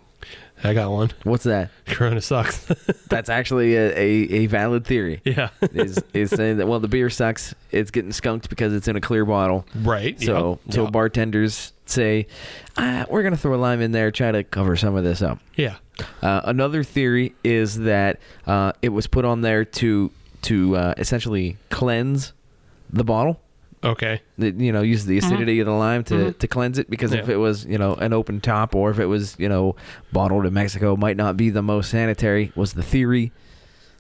Speaker 5: I got one.
Speaker 4: What's that?
Speaker 5: Corona sucks.
Speaker 4: That's actually a, a, a valid theory.
Speaker 5: yeah.
Speaker 4: Is is saying that well the beer sucks. It's getting skunked because it's in a clear bottle.
Speaker 5: Right.
Speaker 4: So
Speaker 5: Yep.
Speaker 4: so
Speaker 5: Yep.
Speaker 4: bartenders say, ah, we're gonna throw a lime in there, try to cover some of this up.
Speaker 5: Yeah.
Speaker 4: Uh, another theory is that uh, it was put on there to to uh, essentially cleanse the bottle.
Speaker 5: Okay.
Speaker 4: that, you know use the acidity of the lime to, to cleanse it because if
Speaker 5: Yeah.
Speaker 4: it was you know an open top or if it was you know bottled in Mexico might not be the most sanitary was the theory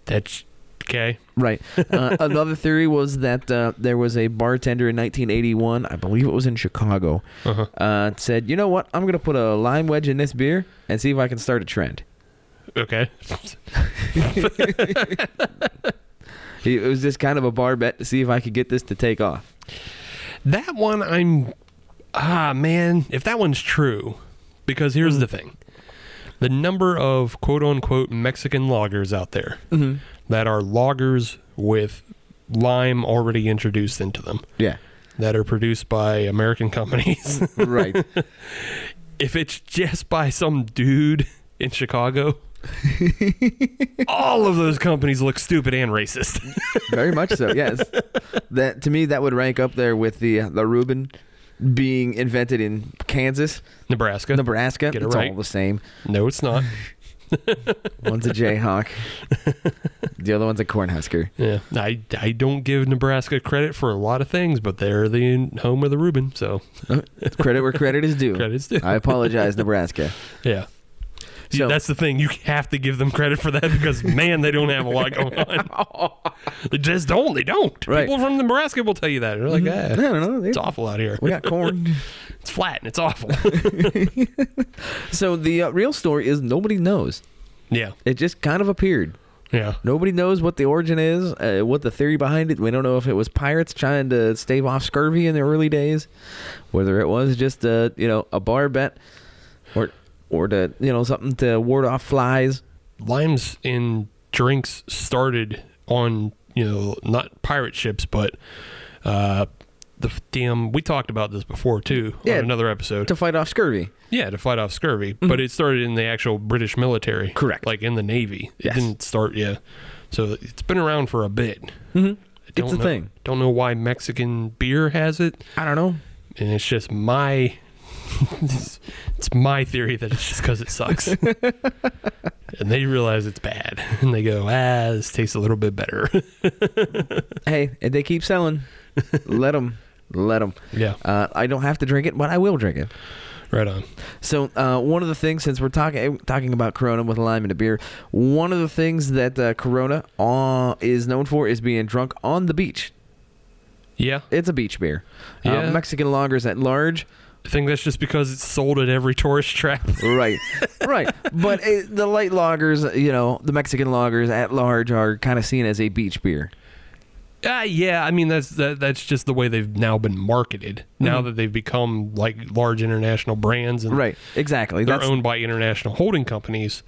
Speaker 5: That's okay.
Speaker 4: right uh, another theory was that uh, there was a bartender in 1981 I believe it was in Chicago
Speaker 5: Uh-huh.
Speaker 4: uh, said you know what I'm gonna put a lime wedge in this beer and see if I can start a trend
Speaker 5: Okay.
Speaker 4: it was just kind of a bar bet to see if I could get this to take off
Speaker 5: That one I'm ah man, if that one's true, because here's the thing. The number of quote unquote Mexican loggers out there that are loggers with lime already introduced into them
Speaker 4: yeah
Speaker 5: that are produced by American companies.
Speaker 4: right
Speaker 5: if it's just by some dude in Chicago, all of those companies look stupid and racist.
Speaker 4: Very much so. Yes. that to me that would rank up there with the the Reuben being invented in Kansas,
Speaker 5: Nebraska.
Speaker 4: Nebraska.
Speaker 5: Get it
Speaker 4: it's all
Speaker 5: right.
Speaker 4: the same.
Speaker 5: no, it's not.
Speaker 4: One's a Jayhawk. the other one's a Cornhusker.
Speaker 5: Yeah, I, I don't give Nebraska credit for a lot of things, but they're the home of the Reuben, so
Speaker 4: Credit where credit is due.
Speaker 5: credits due.
Speaker 4: I apologize, Nebraska.
Speaker 5: yeah. See,
Speaker 4: So-
Speaker 5: that's the thing. You have to give them credit for that because man, they don't have a lot going on. they just don't. They don't.
Speaker 4: Right. Mm-hmm.
Speaker 5: People from Nebraska will tell you that. They're like,
Speaker 4: I
Speaker 5: "Ah,
Speaker 4: don't know.
Speaker 5: it's awful out here.
Speaker 4: we got corn.
Speaker 5: It's flat and it's awful.
Speaker 4: so the uh, real story is nobody knows.
Speaker 5: yeah,
Speaker 4: It just kind of appeared.
Speaker 5: yeah.
Speaker 4: Nobody knows what the origin is, uh, what the theory behind it. We don't know if it was pirates trying to stave off scurvy in the early days, whether it was just a you know a bar bet, or or to you know something to ward off flies.
Speaker 5: limes in drinks started on you know not pirate ships but uh the f- damn we talked about this before too
Speaker 4: Yeah.
Speaker 5: on another episode
Speaker 4: to fight off scurvy.
Speaker 5: yeah to fight off scurvy but it started in the actual british military
Speaker 4: Mm-hmm. Correct.
Speaker 5: like in the navy it
Speaker 4: Yes.
Speaker 5: didn't start yeah so it's been around for a bit I don't
Speaker 4: Mm-hmm. a
Speaker 5: know-
Speaker 4: thing.
Speaker 5: don't know why mexican beer has it
Speaker 4: I don't know.
Speaker 5: and it's just my it's, it's my theory that it's just because it sucks. and they realize it's bad. And they go, ah, this tastes a little bit better.
Speaker 4: Hey, if they keep selling, let them. Let them.
Speaker 5: yeah.
Speaker 4: Uh, I don't have to drink it, but I will drink it.
Speaker 5: Right on.
Speaker 4: So uh, one of the things, since we're talking eh, talking about Corona with lime and a beer, one of the things that uh, Corona uh, is known for is being drunk on the beach.
Speaker 5: Yeah.
Speaker 4: It's a beach beer. Uh,
Speaker 5: Yeah.
Speaker 4: Mexican lagers at large.
Speaker 5: I think that's just because it's sold at every tourist trap.
Speaker 4: Right, right. But it, the light lagers, you know, the Mexican lagers at large are kind of seen as a beach beer.
Speaker 5: Ah, yeah. I mean, that's that, that's just the way they've now been marketed. Now that they've become like large international brands and
Speaker 4: Mm-hmm. Right, exactly.
Speaker 5: they're
Speaker 4: That's
Speaker 5: owned by international holding companies.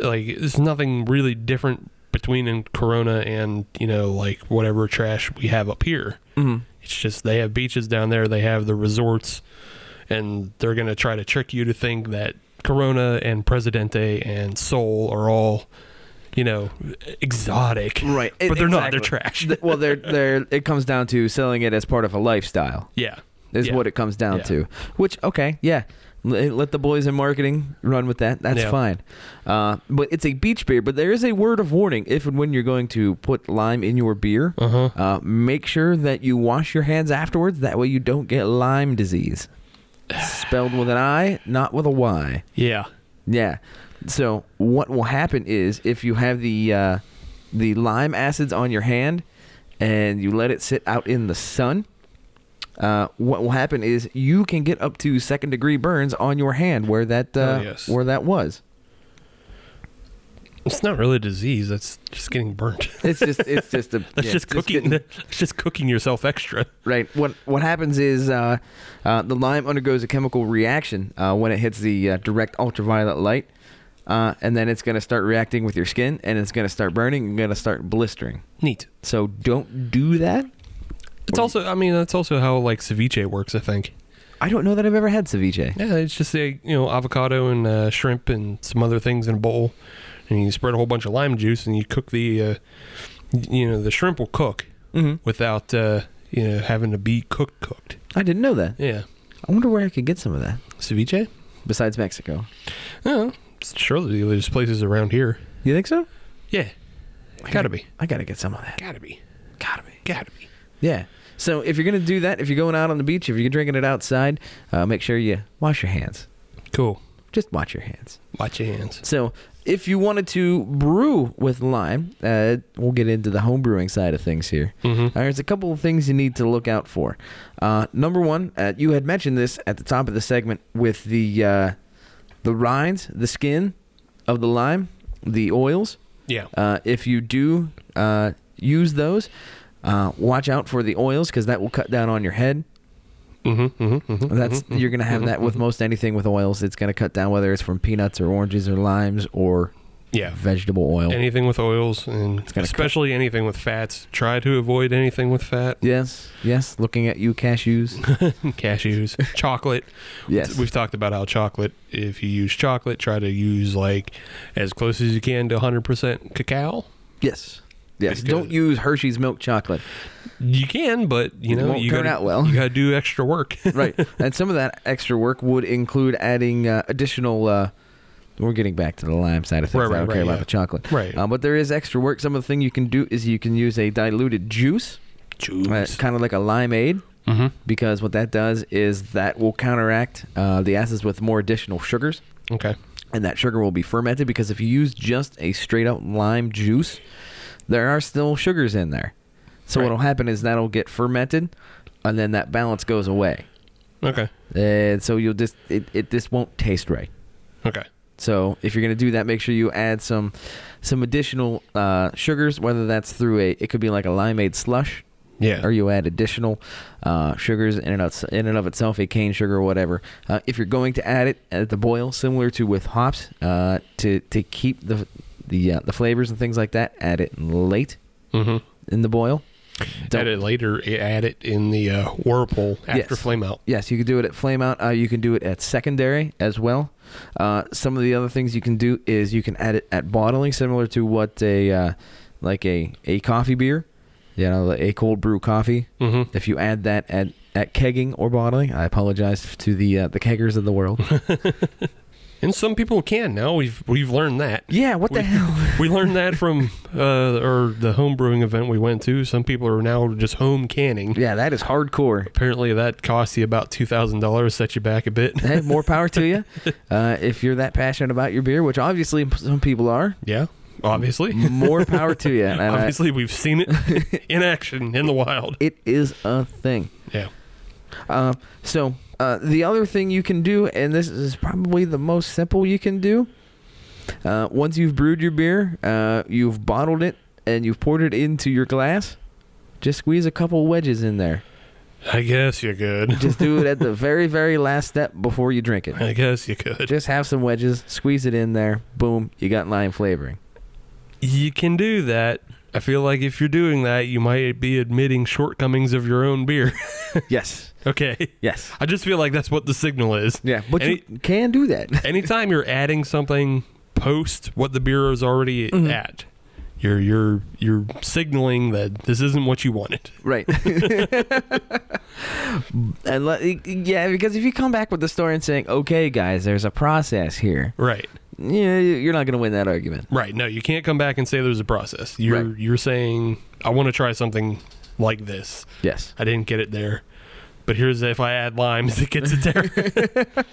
Speaker 5: Like, there's nothing really different between in Corona and you know like whatever trash we have up here. Mm-hmm. It's just they have beaches down there, they have the resorts, and they're gonna try to trick you to think that Corona and Presidente and Sol are all. You know, exotic.
Speaker 4: right,
Speaker 5: But they're not. They're
Speaker 4: exactly.
Speaker 5: trash.
Speaker 4: Th- well, they're they're. It comes down to selling it as part of a lifestyle.
Speaker 5: Yeah.
Speaker 4: is
Speaker 5: Yeah.
Speaker 4: what it comes down
Speaker 5: Yeah.
Speaker 4: to. Which okay, yeah, L- eh, let the boys in marketing run with that. That's
Speaker 5: Yeah.
Speaker 4: fine. Uh, but it's a beach beer. But there is a word of warning: if and when you're going to put lime in your beer,
Speaker 5: Uh-huh.
Speaker 4: uh make sure that you wash your hands afterwards. That way you don't get Lyme disease. Spelled with an I, not with a Y.
Speaker 5: Yeah.
Speaker 4: Yeah. So what will happen is if you have the uh, the lime acids on your hand and you let it sit out in the sun, uh, what will happen is you can get up to second degree burns on your hand where that uh,
Speaker 5: Oh, yes.
Speaker 4: where that was.
Speaker 5: It's not really a disease. That's just getting burnt.
Speaker 4: It's just it's just a
Speaker 5: That's
Speaker 4: yeah, it's
Speaker 5: just cooking.
Speaker 4: getting-
Speaker 5: that's just cooking yourself extra.
Speaker 4: Right. What what happens is uh, uh, the lime undergoes a chemical reaction uh, when it hits the uh, direct ultraviolet light, uh, and then it's going to start reacting with your skin, and it's going to start burning, and going to start blistering.
Speaker 5: Neat.
Speaker 4: So don't do that.
Speaker 5: It's also. I mean, that's also how like ceviche works. I think.
Speaker 4: I don't know that I've ever had ceviche.
Speaker 5: Yeah, it's just a you know avocado and uh, shrimp and some other things in a bowl, and you spread a whole bunch of lime juice and you cook the, uh, y- you know, the shrimp will cook
Speaker 4: Mm-hmm.
Speaker 5: without uh, you know having to be cooked cooked.
Speaker 4: I didn't know that.
Speaker 5: Yeah.
Speaker 4: I wonder where I could get some of that
Speaker 5: Ceviche.
Speaker 4: besides Mexico.
Speaker 5: Yeah. Surely there's places around here.
Speaker 4: You think so?
Speaker 5: Yeah. Gotta be.
Speaker 4: I gotta get some of that.
Speaker 5: Gotta be. Gotta be. Gotta be.
Speaker 4: Yeah. So if you're gonna do that, if you're going out on the beach, if you're drinking it outside, uh, make sure you wash your hands.
Speaker 5: Cool.
Speaker 4: Just wash your hands.
Speaker 5: Watch your hands.
Speaker 4: So if you wanted to brew with lime, uh, we'll get into the home brewing side of things here. Uh,
Speaker 5: Mm-hmm.
Speaker 4: there's a couple of things you need to look out for. Uh, number one, uh, you had mentioned this at the top of the segment with the uh, the rinds, the skin of the lime, the oils.
Speaker 5: Yeah.
Speaker 4: Uh, if you do uh, use those, uh, watch out for the oils because that will cut down on your head.
Speaker 5: Mm-hmm, mm-hmm, mm-hmm.
Speaker 4: That's you're gonna have that with most anything with oils. It's gonna cut down whether it's from peanuts or oranges or limes or
Speaker 5: Yeah.
Speaker 4: vegetable oil.
Speaker 5: Anything with oils and
Speaker 4: gonna cut.
Speaker 5: especially anything with fats. Try to avoid anything with fat.
Speaker 4: yes, yes. Looking at you, cashews.
Speaker 5: Cashews, chocolate.
Speaker 4: Yes.
Speaker 5: We've talked about how chocolate, if you use chocolate, try to use like as close as you can to 100% cacao.
Speaker 4: yes. Yes.
Speaker 5: Because-
Speaker 4: Don't use Hershey's milk chocolate.
Speaker 5: You can, but you
Speaker 4: It
Speaker 5: know,
Speaker 4: won't
Speaker 5: you
Speaker 4: turn
Speaker 5: gotta,
Speaker 4: out well.
Speaker 5: You got to do extra work.
Speaker 4: Right. and some of that extra work would include adding uh, additional. Uh, we're getting back to the lime side of things.
Speaker 5: Right,
Speaker 4: I don't
Speaker 5: right,
Speaker 4: care
Speaker 5: right,
Speaker 4: about
Speaker 5: yeah.
Speaker 4: the chocolate.
Speaker 5: Right.
Speaker 4: Uh, but there is extra work. Some of the thing you can do is you can use a diluted juice. uh,
Speaker 5: Juice.
Speaker 4: kind of like a limeade,
Speaker 5: Mm-hmm.
Speaker 4: because what that does is that will counteract uh, the acids with more additional sugars,
Speaker 5: Okay.
Speaker 4: and that sugar will be fermented. Because if you use just a straight up lime juice, there are still sugars in there. So what'll happen is that'll get fermented, and then that balance goes away,
Speaker 5: Okay.
Speaker 4: and so you'll just it, it this won't taste right.
Speaker 5: Okay.
Speaker 4: So if you're gonna do that, make sure you add some some additional uh, sugars, whether that's through a it could be like a limeade slush
Speaker 5: Yeah.
Speaker 4: or you add additional uh, sugars in and, of, in and of itself, a cane sugar or whatever. Uh, if you're going to add it at the boil, similar to with hops, uh, to to keep the the uh, the flavors and things like that, add it late
Speaker 5: mm-hmm.
Speaker 4: in the boil. Don't-
Speaker 5: Add it later. Add it in the uh, whirlpool after
Speaker 4: Yes.
Speaker 5: flame out.
Speaker 4: Yes, you can do it at flame out. Uh, you can do it at secondary as well. Uh, some of the other things you can do is you can add it at bottling, similar to what a uh, like a, a coffee beer. you know, a cold brew coffee.
Speaker 5: Mhm.
Speaker 4: If you add that at, at kegging or bottling, I apologize to the uh, the keggers of the world.
Speaker 5: And some people can now. We've we've learned that.
Speaker 4: yeah, what the
Speaker 5: We-
Speaker 4: hell?
Speaker 5: We learned that from uh, or the home brewing event we went to. Some people are now just home canning.
Speaker 4: Yeah, that is hardcore.
Speaker 5: Apparently, that costs you about two thousand dollars. Set you back a bit.
Speaker 4: Hey, more power to you. Uh, if you're that passionate about your beer, which obviously some people are,
Speaker 5: yeah, obviously.
Speaker 4: more power to you. And I-
Speaker 5: Obviously, we've seen it in action in the wild.
Speaker 4: it is a thing.
Speaker 5: Yeah.
Speaker 4: Uh, so uh, the other thing you can do, and this is probably the most simple you can do, uh, once you've brewed your beer, uh, you've bottled it, and you've poured it into your glass. Just squeeze a couple wedges in there.
Speaker 5: I guess you're good.
Speaker 4: Just do it at the very, very last step before you drink it.
Speaker 5: I guess you could.
Speaker 4: Just have some wedges, squeeze it in there. Boom, you got lime flavoring.
Speaker 5: You can do that. I feel like if you're doing that, you might be admitting shortcomings of your own beer.
Speaker 4: Yes,
Speaker 5: okay.
Speaker 4: yes,
Speaker 5: I just feel like that's what the signal is.
Speaker 4: yeah. But
Speaker 5: Any-
Speaker 4: you can do that.
Speaker 5: anytime you're adding something post what the beer is already at you're you're you're signaling that this isn't what you wanted
Speaker 4: Right. and let, yeah, because if you come back with the story and saying, "Okay, guys, there's a process here,"
Speaker 5: right
Speaker 4: yeah, you're not going to win that argument.
Speaker 5: right no you can't come back and say there's a process you're
Speaker 4: Right.
Speaker 5: you're saying i want to try something like this
Speaker 4: Yes.
Speaker 5: i didn't get it there but here's if i add limes it gets it there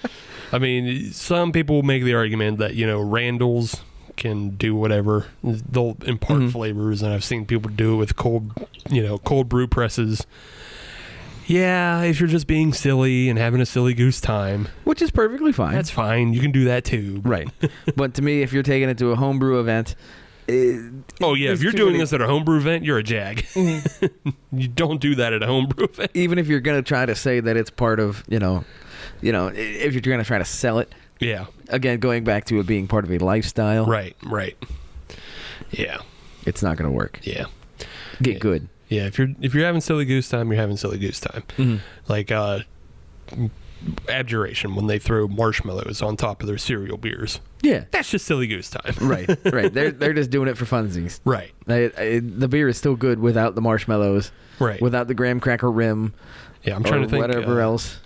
Speaker 5: i mean some people make the argument that you know randall's can do whatever they'll impart
Speaker 4: Mm-hmm.
Speaker 5: flavors and i've seen people do it with cold you know cold brew presses yeah if you're just being silly and having a silly goose time
Speaker 4: Which is perfectly fine.
Speaker 5: that's fine you can do that too
Speaker 4: right. but to me, if you're taking it to a homebrew event, eh,
Speaker 5: oh yeah if
Speaker 4: There's
Speaker 5: you're
Speaker 4: too
Speaker 5: doing
Speaker 4: many-
Speaker 5: this at a homebrew event you're a jag you don't do that at a homebrew event
Speaker 4: even if you're going to try to say that it's part of, you know, you know, i- if you're going to try to sell it,
Speaker 5: yeah
Speaker 4: again, going back to it being part of a lifestyle,
Speaker 5: right right yeah
Speaker 4: it's not going to work.
Speaker 5: yeah
Speaker 4: Get
Speaker 5: Yeah.
Speaker 4: good.
Speaker 5: Yeah, if you're if you're having silly goose time, you're having silly goose time. Like uh abjuration when they throw marshmallows on top of their cereal beers.
Speaker 4: Yeah.
Speaker 5: That's just silly goose time.
Speaker 4: Right. Right. They're they're just doing it for funsies.
Speaker 5: Right.
Speaker 4: I, I, the beer is still good without the marshmallows,
Speaker 5: Right.
Speaker 4: without the graham cracker rim,
Speaker 5: yeah, I'm
Speaker 4: or
Speaker 5: trying to think.
Speaker 4: whatever
Speaker 5: uh,
Speaker 4: else.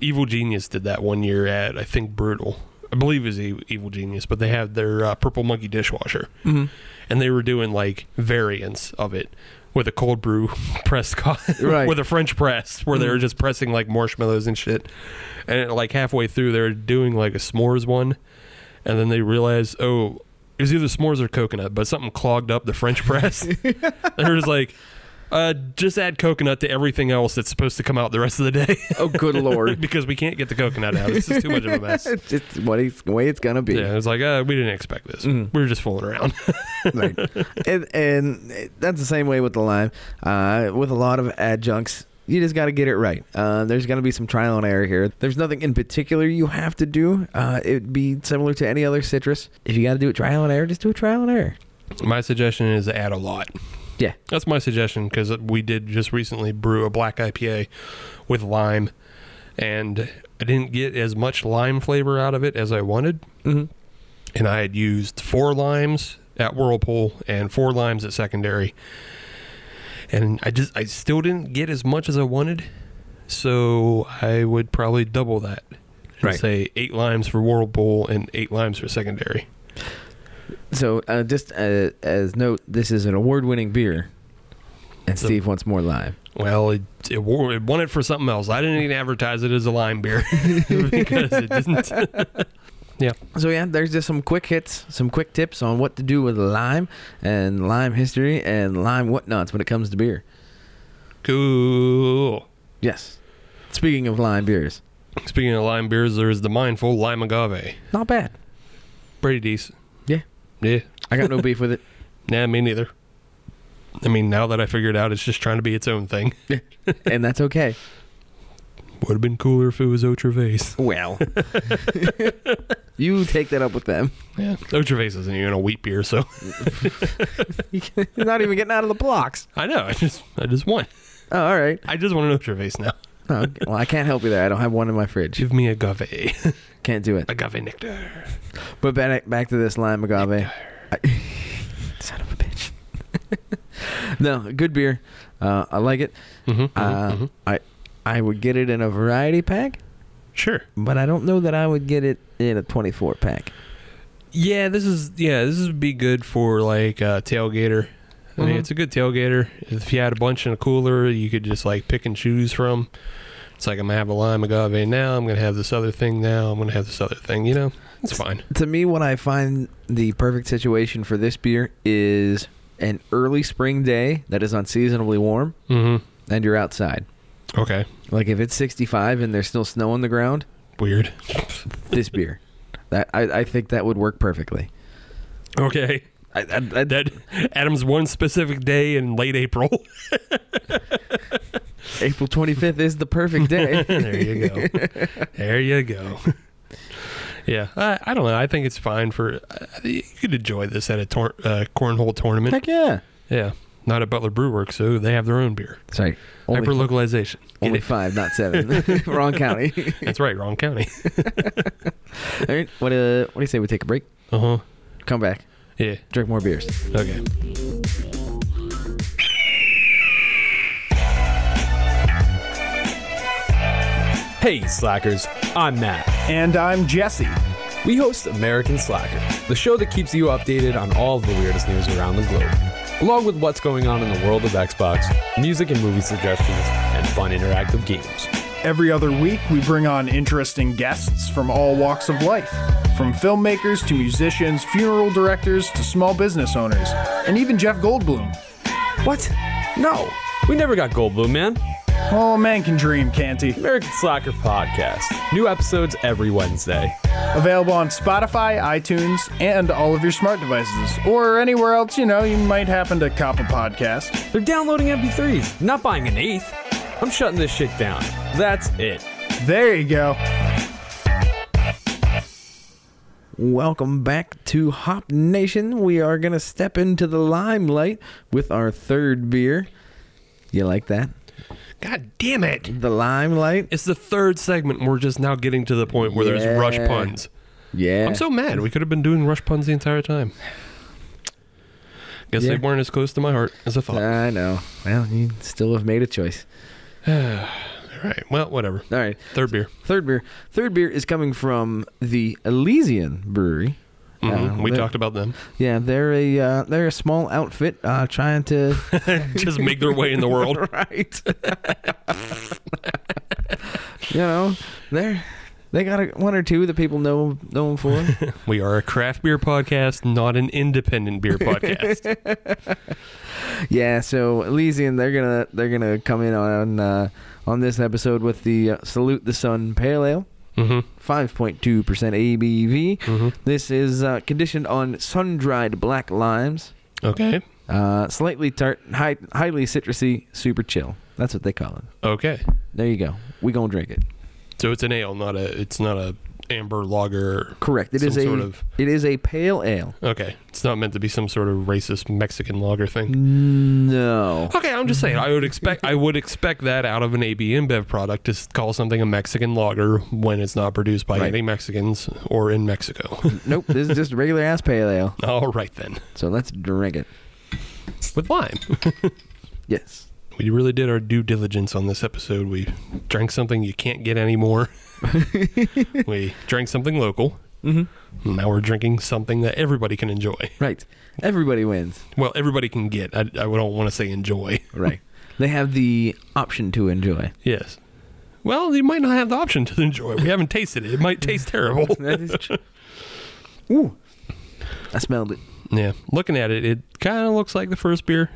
Speaker 5: Evil Genius did that one year at I think Brutal. I believe it was E- Evil Genius, but they had their uh, Purple Monkey dishwasher,
Speaker 4: Mhm.
Speaker 5: and they were doing like variants of it with a cold brew press, co-
Speaker 4: Right. Mm.
Speaker 5: with a French press, where they were just pressing like marshmallows and shit. And like halfway through, they were doing like a s'mores one, and then they realized, oh, it was either s'mores or coconut, but something clogged up the French press. they were just like. Uh, just add coconut to everything else that's supposed to come out the rest of the day.
Speaker 4: Oh, good lord!
Speaker 5: because we can't get the coconut out. This is too much of a mess.
Speaker 4: it's just what it's, the way it's gonna be. Mm.
Speaker 5: Yeah, it's like uh, we didn't expect this. We were just fooling around.
Speaker 4: Like, and, and it- that's the same way with the lime. Uh, with a lot of adjuncts, you just got to get it right. Uh, there's gonna be some trial and error here. There's nothing in particular you have to do. Uh, it'd be similar to any other citrus. If you got to do it trial and error, just do it trial and error.
Speaker 5: my suggestion is add a lot.
Speaker 4: Yeah.
Speaker 5: That's my suggestion because we did just recently brew a black IPA with lime, and I didn't get as much lime flavor out of it as I wanted.
Speaker 4: Mhm.
Speaker 5: And I had used four limes at Whirlpool and four limes at Secondary, and I just I still didn't get as much as I wanted. So I would probably double that. and
Speaker 4: Right.
Speaker 5: Say eight limes for Whirlpool and eight limes for Secondary.
Speaker 4: So, uh, just uh, as note, this is an award-winning beer, and
Speaker 5: So-
Speaker 4: Steve wants more lime.
Speaker 5: Well, it, it, wore, it won it for something else. I didn't even advertise it as a lime beer because it didn't.
Speaker 4: So yeah, there's just some quick hits, some quick tips on what to do with lime and lime history and lime whatnots when it comes to beer.
Speaker 5: Cool.
Speaker 4: Yes. Speaking of lime beers,
Speaker 5: Speaking of lime beers, there is the mindful lime agave.
Speaker 4: not bad.
Speaker 5: Pretty decent.
Speaker 4: Yeah.
Speaker 5: Yeah.
Speaker 4: I got no beef with it.
Speaker 5: Nah, me neither. I mean, now that I figured out it's just trying to be its own thing.
Speaker 4: And that's okay.
Speaker 5: Would have been cooler if it was Eau Cervais.
Speaker 4: Well. you take that up with them.
Speaker 5: Yeah. Eau Cervais isn't even a wheat beer, so
Speaker 4: You're not even getting out of the blocks.
Speaker 5: I know. I just I just want.
Speaker 4: Oh, all right.
Speaker 5: I just want an Eau Cervais now.
Speaker 4: Oh, okay. well, I can't help you there. I don't have one in my fridge.
Speaker 5: Give me agave.
Speaker 4: Can't do it.
Speaker 5: agave nectar.
Speaker 4: But back back to this lime agave. I, son of a bitch. no, good beer. Uh, I like it.
Speaker 5: Mm-hmm,
Speaker 4: uh, I I would get it in a variety pack,
Speaker 5: Sure.
Speaker 4: but I don't know that I would get it in a 24 pack.
Speaker 5: Yeah, this is yeah, this would be good for like a tailgater. I mean,
Speaker 4: Mhm.
Speaker 5: it's a good tailgater. If you had a bunch in a cooler, you could just like pick and choose from. It's like I'm gonna have a lime agave now. I'm gonna have this other thing now. I'm gonna have this other thing. You know, it's fine.
Speaker 4: To me, what I find the perfect situation for this beer is an early spring day that is unseasonably warm
Speaker 5: Mm-hmm.
Speaker 4: and you're outside.
Speaker 5: Okay.
Speaker 4: Like if it's 65 and there's still snow on the ground,
Speaker 5: Weird.
Speaker 4: this beer. That I, I think that would work perfectly.
Speaker 5: Okay.
Speaker 4: I, I, I,
Speaker 5: That Adam's one specific day in late April.
Speaker 4: April 25th is the perfect day.
Speaker 5: there you go. There you go. Yeah, I, I don't know. I think it's fine for I- I think you could enjoy this at a tor- uh, cornhole tournament.
Speaker 4: Heck yeah.
Speaker 5: Yeah, not at Butler Brew Works, so they have their own beer.
Speaker 4: Sorry. Only,
Speaker 5: Hyper localization.
Speaker 4: only five, not seven. Wrong county.
Speaker 5: That's right, wrong county.
Speaker 4: All right. What, uh, what do you say we take a break?
Speaker 5: Uh huh.
Speaker 4: Come back.
Speaker 5: Yeah.
Speaker 4: Drink more beers.
Speaker 5: Okay.
Speaker 7: Hey, Slackers, I'm Matt.
Speaker 8: And I'm Jesse.
Speaker 7: We host American Slacker, the show that keeps you updated on all of the weirdest news around the globe, along with what's going on in the world of Xbox, music and movie suggestions, and fun interactive games.
Speaker 8: Every other week, we bring on interesting guests from all walks of life from filmmakers to musicians, funeral directors to small business owners, and even Jeff Goldblum.
Speaker 7: What? No, we never got Goldblum, man.
Speaker 8: Oh, man can dream, can't he?
Speaker 7: American Slacker podcast. New episodes every Wednesday.
Speaker 8: Available on Spotify, iTunes, and all of your smart devices, or anywhere else you know you might happen to cop a podcast.
Speaker 7: They're downloading MP3s, not buying an eighth. I'm shutting this shit down. That's it.
Speaker 8: There you go.
Speaker 4: Welcome back to Hop Nation. We are going to step into the limelight with our third beer. You like that?
Speaker 5: God damn it!
Speaker 4: The limelight?
Speaker 5: It's the third segment. and We're just now getting to the point where there's rush
Speaker 4: Yeah.
Speaker 5: puns.
Speaker 4: Yeah.
Speaker 5: I'm so mad. We could have been doing rush puns the entire time. Guess
Speaker 4: Yeah.
Speaker 5: they weren't as close to my heart as I thought.
Speaker 4: I know. Well, you still have made a choice.
Speaker 5: All right. Well, whatever.
Speaker 4: All right.
Speaker 5: Third beer.
Speaker 4: Third beer. Third beer is coming from the Elysian Brewery.
Speaker 5: Mhm,
Speaker 4: Uh,
Speaker 5: we
Speaker 4: they're-
Speaker 5: talked about them.
Speaker 4: Yeah, they're a uh, they're a small outfit uh, trying to
Speaker 5: just make their way in the world.
Speaker 4: right. you know, they're they got a, one or two that people know know them for.
Speaker 5: We are a craft beer podcast, not an independent beer podcast.
Speaker 4: yeah, so Elysian, they're gonna they're gonna come in on uh, on this episode with the uh, Salute the Sun Pale Ale.
Speaker 5: hmm
Speaker 4: 5.2% ABV.
Speaker 5: Mhm.
Speaker 4: This is uh, conditioned on sun dried black limes,
Speaker 5: Okay.
Speaker 4: uh, slightly tart, high, highly citrusy, super chill. That's what they call it.
Speaker 5: Okay.
Speaker 4: There you go. we going to drink it.
Speaker 5: So it's an ale, not a. It's not a amber lager.
Speaker 4: Correct. It is
Speaker 5: Some
Speaker 4: a
Speaker 5: sort of-
Speaker 4: it is a pale ale.
Speaker 5: Okay, it's not meant to be some sort of racist Mexican lager thing.
Speaker 4: No.
Speaker 5: Okay, I'm just saying. I would expect. I would expect that out of an AB InBev product to s- call something a Mexican lager when it's not produced by
Speaker 4: Right.
Speaker 5: any Mexicans or in Mexico.
Speaker 4: nope. This is just regular ass pale ale.
Speaker 5: All right then,
Speaker 4: So let's drink it.
Speaker 5: with lime.
Speaker 4: Yes.
Speaker 5: We really did our due diligence on this episode. We drank something you can't get anymore. we drank something local. Mm-hmm. Now we're drinking something that everybody can enjoy.
Speaker 4: Right. Everybody wins.
Speaker 5: Well, everybody can get. I, I don't want to say enjoy.
Speaker 4: Right. they have the option to enjoy.
Speaker 5: Yes. Well, you might not have the option to enjoy. it. We haven't tasted it. It might taste terrible.
Speaker 4: That is true. Ooh. I smelled it.
Speaker 5: yeah. Looking at it, it kind of looks like the first beer.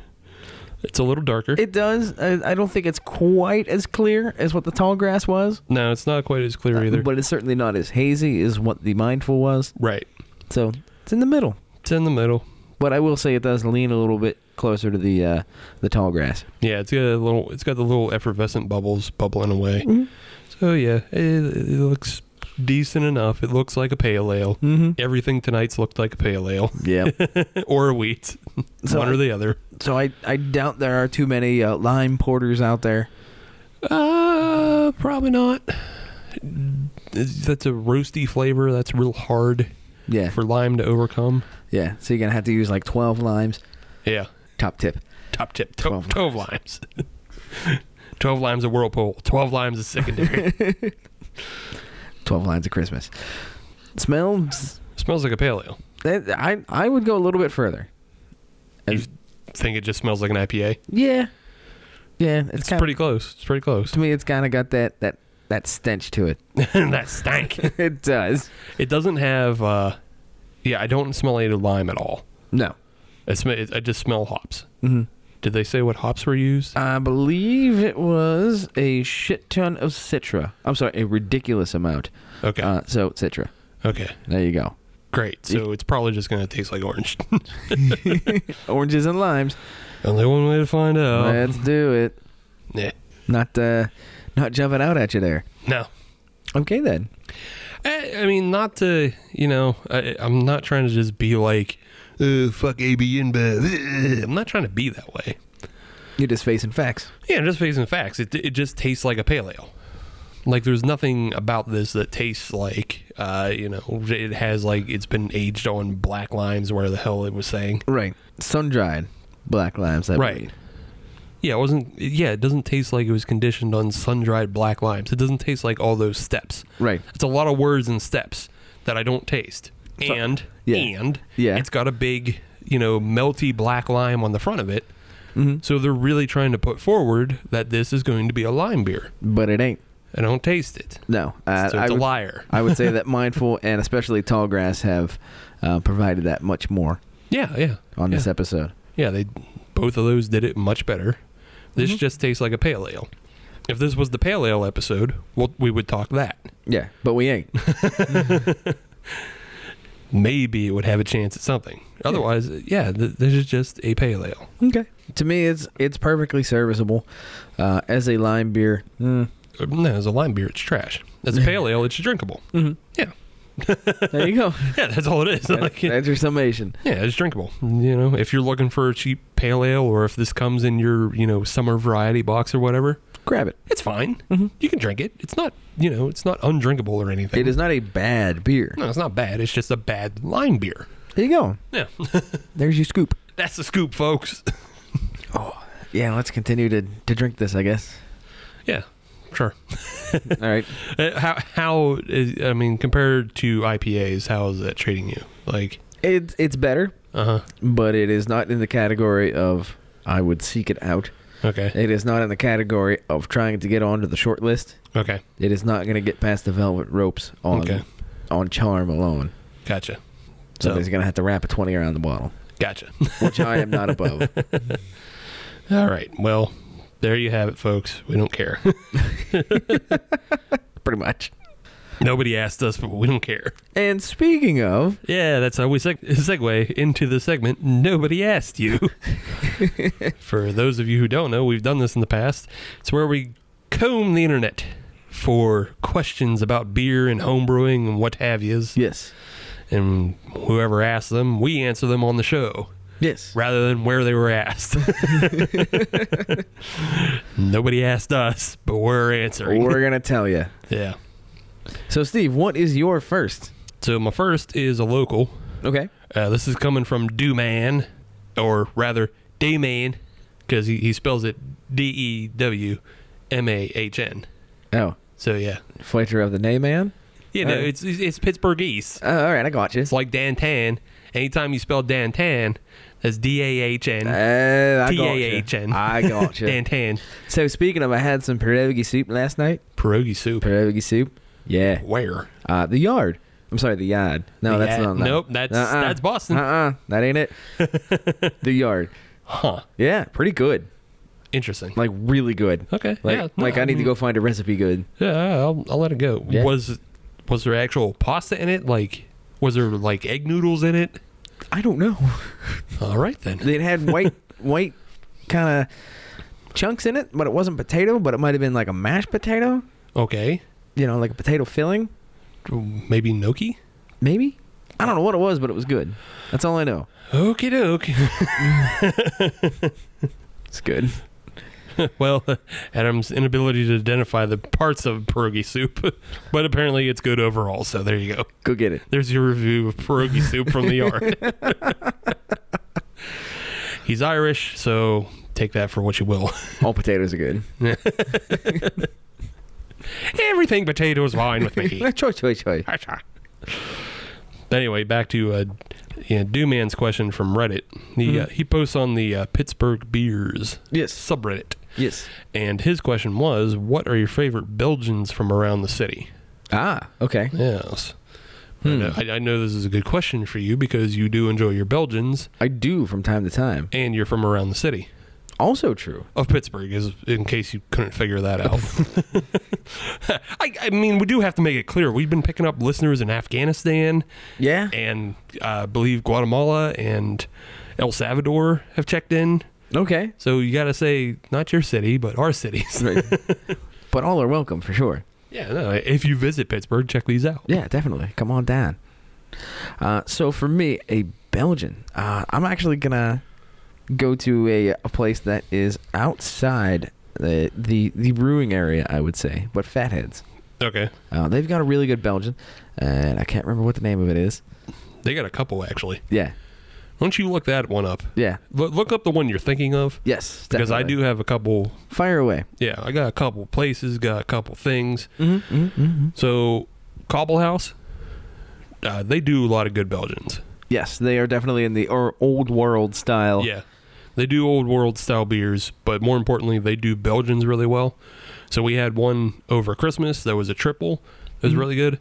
Speaker 5: It's a little darker.
Speaker 4: It does. I, I don't think it's quite as clear as what the tall grass was,
Speaker 5: no, it's not quite as clear either.
Speaker 4: Uh, but it's certainly not as hazy as what the mindful was.
Speaker 5: right.
Speaker 4: So it's in the middle.
Speaker 5: It's in the middle.
Speaker 4: But I will say it does lean a little bit closer to the uh, the tall grass.
Speaker 5: Yeah, it's got a little. It's got the little effervescent bubbles bubbling away. So yeah, it, it looks decent enough. It looks like a pale ale.
Speaker 4: Mhm.
Speaker 5: Everything tonight's looked like a pale ale
Speaker 4: Yeah.
Speaker 5: or a wheat,
Speaker 4: So
Speaker 5: one
Speaker 4: I-
Speaker 5: or the other.
Speaker 4: so I, I doubt there are too many uh, lime porters out there.
Speaker 5: Uh, probably not. Is- That's a roasty flavor. That's real hard
Speaker 4: Yeah.
Speaker 5: for lime to overcome.
Speaker 4: yeah. So you're going to have to use like 12 limes.
Speaker 5: Yeah.
Speaker 4: Top tip.
Speaker 5: top tip. To- 12, limes. 12 limes of Whirlpool. 12 limes of secondary.
Speaker 4: 12 lines of Christmas. Smells.
Speaker 5: smells like a paleo.
Speaker 4: that- I, I would go a little bit further.
Speaker 5: You think it just smells like an IPA?
Speaker 4: Yeah. Yeah. It's,
Speaker 5: It's
Speaker 4: kinda,
Speaker 5: pretty close. It's pretty close.
Speaker 4: To me, it's kind of got that, that, that stench to it.
Speaker 5: that stank.
Speaker 4: it does.
Speaker 5: It doesn't have. uh Yeah, I don't smell any lime at all.
Speaker 4: No.
Speaker 5: I, sm- it, I just smell hops. Mm-hmm. Did they say what hops were used?
Speaker 4: I believe it was a shit ton of Citra. I'm sorry, a ridiculous amount.
Speaker 5: Okay.
Speaker 4: Uh, so, Citra.
Speaker 5: okay.
Speaker 4: There you go.
Speaker 5: Great. So it's probably just going to taste like orange.
Speaker 4: Oranges and limes.
Speaker 5: Only one way to find out.
Speaker 4: Let's do it.
Speaker 5: Yeah.
Speaker 4: Not uh, not jumping out at you there.
Speaker 5: No.
Speaker 4: Okay then.
Speaker 5: I, I mean, not to you know, I, I'm not trying to just be like, uh, fuck AB InBev. uh, I'm not trying to be that way.
Speaker 4: You're just facing facts.
Speaker 5: Yeah, just facing facts. It it just tastes like a pale ale. Like there's nothing about this that tastes like, uh, you know, it has like it's been aged on black limes. Where the hell it was saying,
Speaker 4: Right. Sun dried black limes. I
Speaker 5: Right.
Speaker 4: believe.
Speaker 5: yeah, it wasn't. Yeah, it doesn't taste like it was conditioned on sun dried black limes. It doesn't taste like all those steps.
Speaker 4: Right.
Speaker 5: It's a lot of words and steps that I don't taste. And
Speaker 4: yeah.
Speaker 5: and
Speaker 4: Yeah.
Speaker 5: it's got a big, you know, melty black lime on the front of it.
Speaker 4: Mm-hmm.
Speaker 5: So they're really trying to put forward that this is going to be a lime beer.
Speaker 4: But it ain't.
Speaker 5: I don't taste it.
Speaker 4: No. Uh,
Speaker 5: so
Speaker 4: I
Speaker 5: it's a
Speaker 4: would,
Speaker 5: liar.
Speaker 4: I would say that mindful and especially tall grass have uh, provided that much more
Speaker 5: yeah, yeah.
Speaker 4: on
Speaker 5: yeah.
Speaker 4: this episode.
Speaker 5: Yeah, they both of those did it much better. This
Speaker 4: Mm-hmm.
Speaker 5: just tastes like a pale ale. If this was the pale ale episode, well, we would talk that.
Speaker 4: Yeah. But we ain't.
Speaker 5: Maybe it would have a chance at something. Otherwise, yeah, th- this is just a pale ale.
Speaker 4: okay. To me, it's it's perfectly serviceable uh, as a lime beer.
Speaker 5: No, as a lime beer, it's trash. As a pale ale, it's drinkable. Mm-hmm. Yeah,
Speaker 4: There you go.
Speaker 5: yeah, that's all it is. Like, yeah,
Speaker 4: That's your summation.
Speaker 5: it's drinkable. You know, if you're looking for a cheap pale ale, or if this comes in your you know summer variety box or whatever,
Speaker 4: Grab it.
Speaker 5: it's fine. You can drink it. It's not you know it's not undrinkable or anything.
Speaker 4: It is not a bad beer.
Speaker 5: No, it's not bad. It's just a bad lime beer.
Speaker 4: There you go.
Speaker 5: Yeah,
Speaker 4: There's your scoop.
Speaker 5: that's the scoop, folks.
Speaker 4: Yeah, let's continue to, to drink this, I guess.
Speaker 5: yeah, sure.
Speaker 4: All right.
Speaker 5: Uh, how how is, I mean compared to IPAs, how is that treating you? Like,
Speaker 4: It, it's better,
Speaker 5: uh huh.
Speaker 4: but it is not in the category of I would seek it out.
Speaker 5: Okay.
Speaker 4: It is not in the category of trying to get onto the short list.
Speaker 5: Okay.
Speaker 4: It is not going to get past the velvet ropes on
Speaker 5: Okay.
Speaker 4: on charm alone.
Speaker 5: Gotcha.
Speaker 4: Somebody's going to have to wrap a 20 around the bottle,
Speaker 5: Gotcha.
Speaker 4: which I am not above.
Speaker 5: All right. Well, there you have it, folks. We don't care.
Speaker 4: Pretty much.
Speaker 5: Nobody asked us, but we don't care.
Speaker 4: And speaking of,
Speaker 5: Yeah, that's how we seg- segue into the segment. Nobody asked you. for those of you who don't know, we've done this in the past. It's where we comb the internet for questions about beer and homebrewing and what have yous.
Speaker 4: yes.
Speaker 5: And whoever asks them, we answer them on the show
Speaker 4: Yes.
Speaker 5: rather than where they were asked. Nobody asked us, but we're answering.
Speaker 4: We're going to tell you.
Speaker 5: yeah.
Speaker 4: So, Steve, what is your first?
Speaker 5: So my first is a local.
Speaker 4: Okay.
Speaker 5: Uh, this is coming from Dewman, or rather Dayman, because he, he spells it D E W M A H N.
Speaker 4: Oh,
Speaker 5: So yeah,
Speaker 4: Fletcher of the Nay Man?
Speaker 5: you know
Speaker 4: Alright.
Speaker 5: it's it's, it's Pittsburghese.
Speaker 4: Oh, all right, I got you.
Speaker 5: It's like Dantan. Anytime you spell Dantan, that's D A H N.
Speaker 4: Uh, I
Speaker 5: T-A-H-N.
Speaker 4: Got you. I got you.
Speaker 5: Dantan.
Speaker 4: so speaking of, I had some pierogi soup last night.
Speaker 5: Pierogi soup.
Speaker 4: Pierogi soup. Yeah.
Speaker 5: Where?
Speaker 4: Uh, the yard. I'm sorry, the yard. No,
Speaker 5: The
Speaker 4: that's
Speaker 5: Yard.
Speaker 4: not. that.
Speaker 5: Nope, that's- that's Boston.
Speaker 4: Uh-uh. That ain't it. the yard.
Speaker 5: Huh.
Speaker 4: Yeah, pretty good.
Speaker 5: Interesting.
Speaker 4: Like really good.
Speaker 5: Okay,
Speaker 4: Like,
Speaker 5: yeah, mm. no,
Speaker 4: like I,
Speaker 5: I
Speaker 4: need to
Speaker 5: mean-
Speaker 4: go find a recipe good.
Speaker 5: Yeah, I'll, I'll let it go.
Speaker 4: Yeah.
Speaker 5: Was was there actual pasta in it? Like, was there like egg noodles in it?
Speaker 4: I don't know.
Speaker 5: All right then.
Speaker 4: It had white white kind of chunks in it, but it wasn't potato. But it might have been like a mashed potato.
Speaker 5: Okay.
Speaker 4: You know, like a potato filling,
Speaker 5: Maybe gnocchi.
Speaker 4: maybe. I don't know what it was, but it was good. That's all I know.
Speaker 5: Okie doke.
Speaker 4: It's good.
Speaker 5: well, Adam's inability to identify the parts of pierogi soup, but apparently it's good overall. So there you go.
Speaker 4: Go get it.
Speaker 5: There's your review of pierogi soup from the yard. He's Irish, so take that for what you will.
Speaker 4: All potatoes are good.
Speaker 5: Everything potato is fine with me.
Speaker 4: Choi, choi, choi.
Speaker 5: anyway, back to uh, yeah, Do Man's question from Reddit. He uh, he posts on the uh, Pittsburgh beers
Speaker 9: Yes.
Speaker 5: subreddit,
Speaker 9: Yes.
Speaker 5: and his question was, "What are your favorite Belgians from around the city?"
Speaker 4: Ah, okay.
Speaker 5: Yes. I know- I, I know this is a good question for you because you do enjoy your Belgians
Speaker 9: I do from time to time.
Speaker 5: and you're from around the city
Speaker 4: Also true.
Speaker 5: of Pittsburgh, is in case you couldn't figure that out. I, I mean, we do have to make it clear. We've been picking up listeners in Afghanistan
Speaker 4: Yeah.
Speaker 5: and uh, I believe Guatemala and El Salvador have checked in.
Speaker 4: Okay.
Speaker 5: So you got to say, not your city, but our cities.
Speaker 4: But all are welcome for sure.
Speaker 5: yeah, no, if you visit Pittsburgh, check these out.
Speaker 4: Yeah, definitely. Come on down. Uh, so for me, a Belgian. Uh, I'm actually gonna go to a, a place that is outside the, the the brewing area, I would say, but Fatheads.
Speaker 5: Okay.
Speaker 4: Uh, they've got a really good Belgian, and I can't remember what the name of it is.
Speaker 5: They got a couple, actually.
Speaker 4: Yeah,
Speaker 5: Why don't you look that one up?
Speaker 4: yeah,
Speaker 5: Look, look up the one you're thinking of.
Speaker 4: yes.
Speaker 5: Because I
Speaker 4: definitely.
Speaker 5: do have a couple.
Speaker 4: Fire away.
Speaker 5: Yeah, I got a couple places, got a couple things.
Speaker 4: Mm-hmm, mm-hmm.
Speaker 5: So, Cobblehouse, uh, they do a lot of good Belgians.
Speaker 9: Yes, they are definitely in the or old world
Speaker 4: Oh.
Speaker 9: style.
Speaker 5: Yeah. They do old world style beers, but more importantly, they do Belgians really well. So we had one over Christmas that was a triple. It
Speaker 4: Mm-hmm.
Speaker 5: was really good.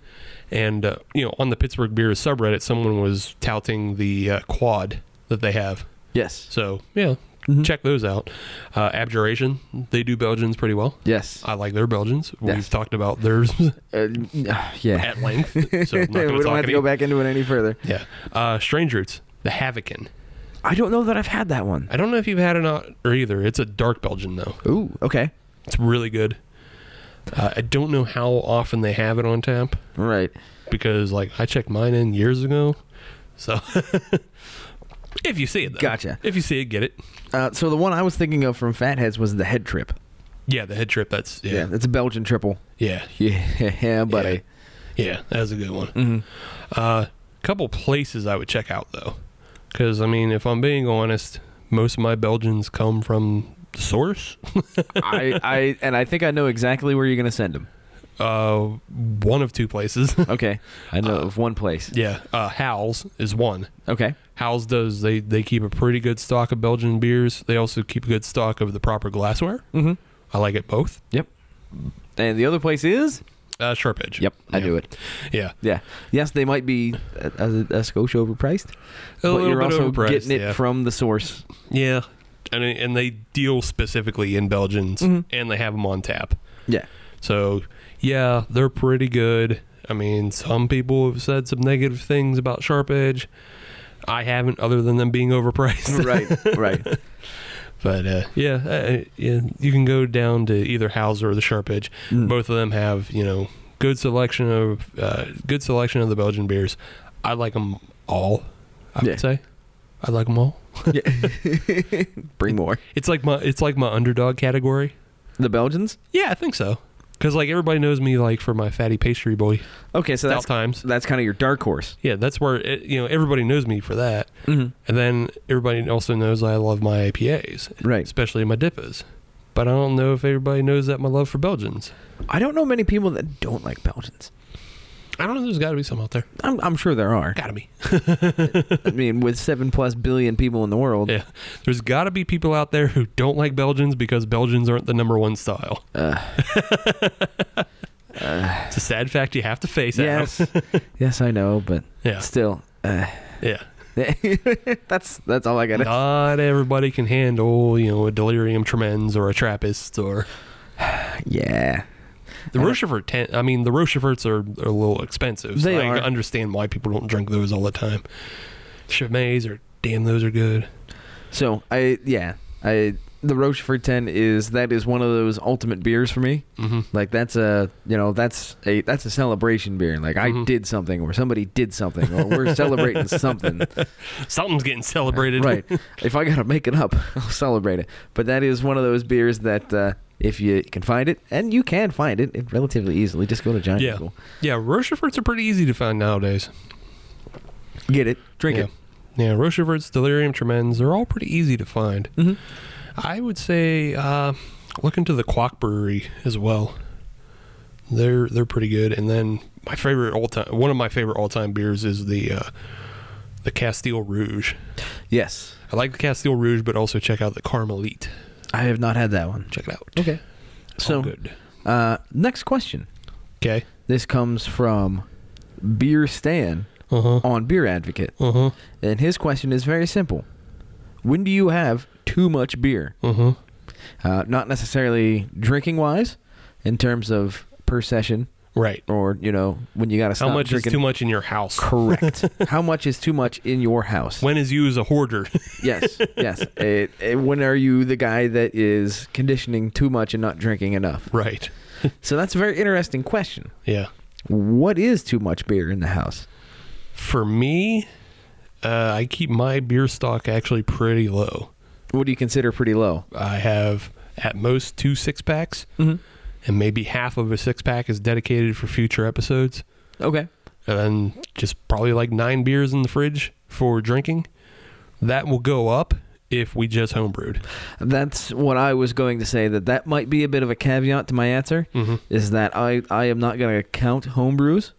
Speaker 5: And, uh, you know, on the Pittsburgh Beers subreddit, someone was touting the uh, quad that they have.
Speaker 4: Yes,
Speaker 5: So, yeah,
Speaker 4: Mm-hmm.
Speaker 5: check those out. Uh, Abjuration, they do Belgians pretty well.
Speaker 4: yes.
Speaker 5: I like their Belgians.
Speaker 4: Yes.
Speaker 5: We've talked about theirs
Speaker 4: Uh, yeah.
Speaker 5: at length. So I'm not
Speaker 4: we
Speaker 5: gonna
Speaker 4: don't
Speaker 5: talk
Speaker 4: have to
Speaker 5: any-
Speaker 4: go back into it any further.
Speaker 5: Yeah. Uh, Strange Roots, the Havocan.
Speaker 4: I don't know that I've had that one.
Speaker 5: I don't know if you've had it or not- or either. It's a dark Belgian, though.
Speaker 4: Ooh, okay.
Speaker 5: It's really good. Uh, I don't know how often they have it on tap
Speaker 4: Right.
Speaker 5: because, like, I checked mine in years ago. So, if you see it, though.
Speaker 4: Gotcha.
Speaker 5: If you see it, get it.
Speaker 4: Uh, so the one I was thinking of from Fatheads was the head trip.
Speaker 5: Yeah, the head trip. That's
Speaker 4: Yeah,
Speaker 5: yeah,
Speaker 4: that's a Belgian triple.
Speaker 5: yeah,
Speaker 4: Yeah, buddy.
Speaker 5: yeah. that's a good one. Mm-hmm. Uh, couple places I would check out though, because I mean, if I'm being honest, most of my Belgians come from the source.
Speaker 4: I, I and I think I know exactly where you're gonna send them.
Speaker 5: uh, one of two places.
Speaker 4: Okay, I know of one place.
Speaker 5: yeah, uh, Howells is one.
Speaker 4: Okay,
Speaker 5: Howes does they they keep a pretty good stock of Belgian beers. They also keep a good stock of the proper glassware. Mm-hmm. I like it both.
Speaker 4: and the other place is.
Speaker 5: Uh, Sharp Edge.
Speaker 4: Yep, I
Speaker 5: yeah.
Speaker 4: knew it.
Speaker 5: Yeah,
Speaker 4: Yeah, yes, they might be uh, a, a, a skosh overpriced, but
Speaker 5: little
Speaker 4: you're
Speaker 5: bit
Speaker 4: also
Speaker 5: overpriced,
Speaker 4: getting it
Speaker 5: yeah.
Speaker 4: from the source.
Speaker 5: yeah, and and they deal specifically in Belgians, and they have them on tap.
Speaker 4: Yeah,
Speaker 5: So yeah, they're pretty good. I mean, some people have said some negative things about Sharp Edge. I haven't, other than them being overpriced.
Speaker 4: right, right.
Speaker 5: But uh, yeah, uh, yeah, you can go down to either House or the Sharp Edge.
Speaker 4: Mm.
Speaker 5: Both of them have you know good selection of uh, good selection of the Belgian beers. I like them all. I
Speaker 4: Yeah.
Speaker 5: would say I like them all.
Speaker 4: Bring more.
Speaker 5: It's like my it's like my underdog category.
Speaker 4: The Belgians.
Speaker 5: Yeah, I think so. Because like everybody knows me like for my fatty pastry boy
Speaker 4: Okay, so
Speaker 5: stout
Speaker 4: that's
Speaker 5: times.
Speaker 4: that's kind of your dark horse.
Speaker 5: Yeah, that's where it, you know everybody knows me for that.
Speaker 4: Mhm.
Speaker 5: And then everybody also knows I love my IPAs,
Speaker 4: Right.
Speaker 5: especially my dippas. But I don't know if everybody knows that my love for Belgians.
Speaker 4: I don't know many people that don't like Belgians.
Speaker 5: I don't know. There's got to be some out there.
Speaker 4: I'm, I'm sure there are.
Speaker 5: Got to be.
Speaker 4: I mean, with seven plus billion people in the world,
Speaker 5: Yeah. There's got to be people out there who don't like Belgians because Belgians aren't the number one style.
Speaker 4: Uh.
Speaker 5: it's a sad fact you have to face. Adam.
Speaker 4: Yes, yes, I know, but
Speaker 5: Yeah.
Speaker 4: still, uh,
Speaker 5: Yeah.
Speaker 4: that's that's all I got.
Speaker 5: Not everybody can handle, you know, a delirium tremens or a Trappist or
Speaker 4: Yeah,
Speaker 5: the Rochefort. Ten, I mean, the Rocheforts are, are a little expensive. So
Speaker 4: They
Speaker 5: I
Speaker 4: are.
Speaker 5: understand why people don't drink those all the time. Chimets are damn, those are good.
Speaker 4: so I yeah I the Rochefort Ten is that is one of those ultimate beers for me.
Speaker 5: Mm-hmm.
Speaker 4: Like that's a you know that's a that's a celebration beer. Like I
Speaker 5: Mhm.
Speaker 4: did something or somebody did something or we're celebrating something.
Speaker 5: Something's getting celebrated.
Speaker 4: Right. If I gotta make it up, I'll celebrate it. But that is one of those beers that. uh if you can find it, and you can find it it relatively easily, just go to Giant
Speaker 5: Yeah.
Speaker 4: Eagle.
Speaker 5: Yeah. Rocheforts are pretty easy to find nowadays.
Speaker 4: Get it, drink
Speaker 5: yeah.
Speaker 4: it. Mm-hmm.
Speaker 5: Yeah, Rochefort's, Delirium Tremens, they're all pretty easy to find. I would say uh, look into the Quack Brewery as well. They're they're pretty good. And then my favorite all time, one of my favorite all time beers is the uh, the Castile Rouge.
Speaker 4: Yes.
Speaker 5: I like the Castile Rouge, but also check out the Carmelite.
Speaker 4: I have not had that one.
Speaker 5: Check it out.
Speaker 4: Okay. So,
Speaker 5: So good.
Speaker 4: uh, next question.
Speaker 5: Okay.
Speaker 4: This comes from Beer Stan
Speaker 5: Uh huh.
Speaker 4: on Beer Advocate.
Speaker 5: Uh huh.
Speaker 4: And his question is very simple When do you have too much beer?
Speaker 5: Uh huh.
Speaker 4: Uh, not necessarily drinking wise, in terms of per session,
Speaker 5: Right.
Speaker 4: or, you know, when you got to stop
Speaker 5: How much
Speaker 4: drinking.
Speaker 5: is too much in your house?
Speaker 4: Correct. How much is too much in your house?
Speaker 5: When is you as a hoarder?
Speaker 4: yes, yes. It, it- when are you the guy that is conditioning too much and not drinking enough?
Speaker 5: right.
Speaker 4: So that's a very interesting question.
Speaker 5: Yeah.
Speaker 4: What is too much beer in the house?
Speaker 5: For me, uh, I keep my beer stock actually pretty low.
Speaker 4: What do you consider pretty low?
Speaker 5: I have at most two six packs, and maybe half of a six pack is dedicated for future episodes.
Speaker 4: Okay.
Speaker 5: And then just probably like nine beers in the fridge for drinking. That will go up if we just homebrewed.
Speaker 4: That's what I was going to say. That that might be a bit of a caveat to my answer. Is that I I am not going to count homebrews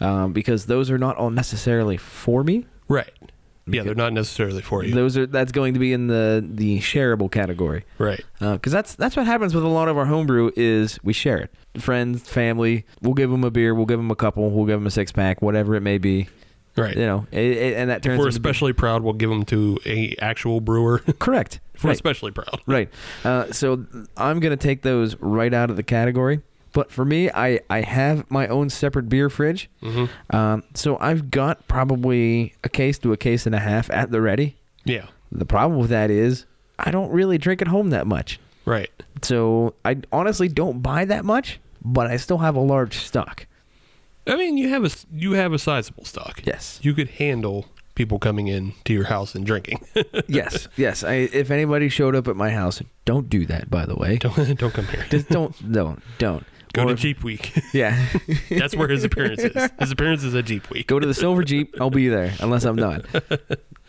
Speaker 4: um, because those are not all necessarily for me.
Speaker 5: Right. Yeah, they're not necessarily for you.
Speaker 4: Those are that's going to be in the the shareable category.
Speaker 5: Right.
Speaker 4: because that's that's what happens with a lot of our homebrew is we share it friends family we'll give them a beer we'll give them a couple we'll give them a six pack whatever it may be
Speaker 5: Right.
Speaker 4: you know it, it- and that turns
Speaker 5: if we're
Speaker 4: into being-
Speaker 5: especially proud, we'll give them to a actual brewer. if
Speaker 4: correct
Speaker 5: we're
Speaker 4: right,
Speaker 5: especially proud.
Speaker 4: right. Uh, so I'm gonna take those right out of the category but for me I I have my own separate beer fridge
Speaker 5: Mm-hmm.
Speaker 4: um, so I've got probably a case to a case and a half at the ready
Speaker 5: Yeah.
Speaker 4: the problem with that is I don't really drink at home that much
Speaker 5: Right.
Speaker 4: So I honestly don't buy that much, but I still have a large stock.
Speaker 5: I mean, you have a s- you have a sizable stock.
Speaker 4: Yes.
Speaker 5: You could handle people coming in to your house and drinking.
Speaker 4: yes, yes. I, if anybody showed up at my house, don't do that. By the way,
Speaker 5: don't don't come here.
Speaker 4: just don't, don't, don't.
Speaker 5: Go
Speaker 4: Or
Speaker 5: to
Speaker 4: if-
Speaker 5: Jeep Week.
Speaker 4: Yeah,
Speaker 5: That's where his appearance is. His appearance is at Jeep Week.
Speaker 4: go to the silver jeep. I'll be there unless I'm not.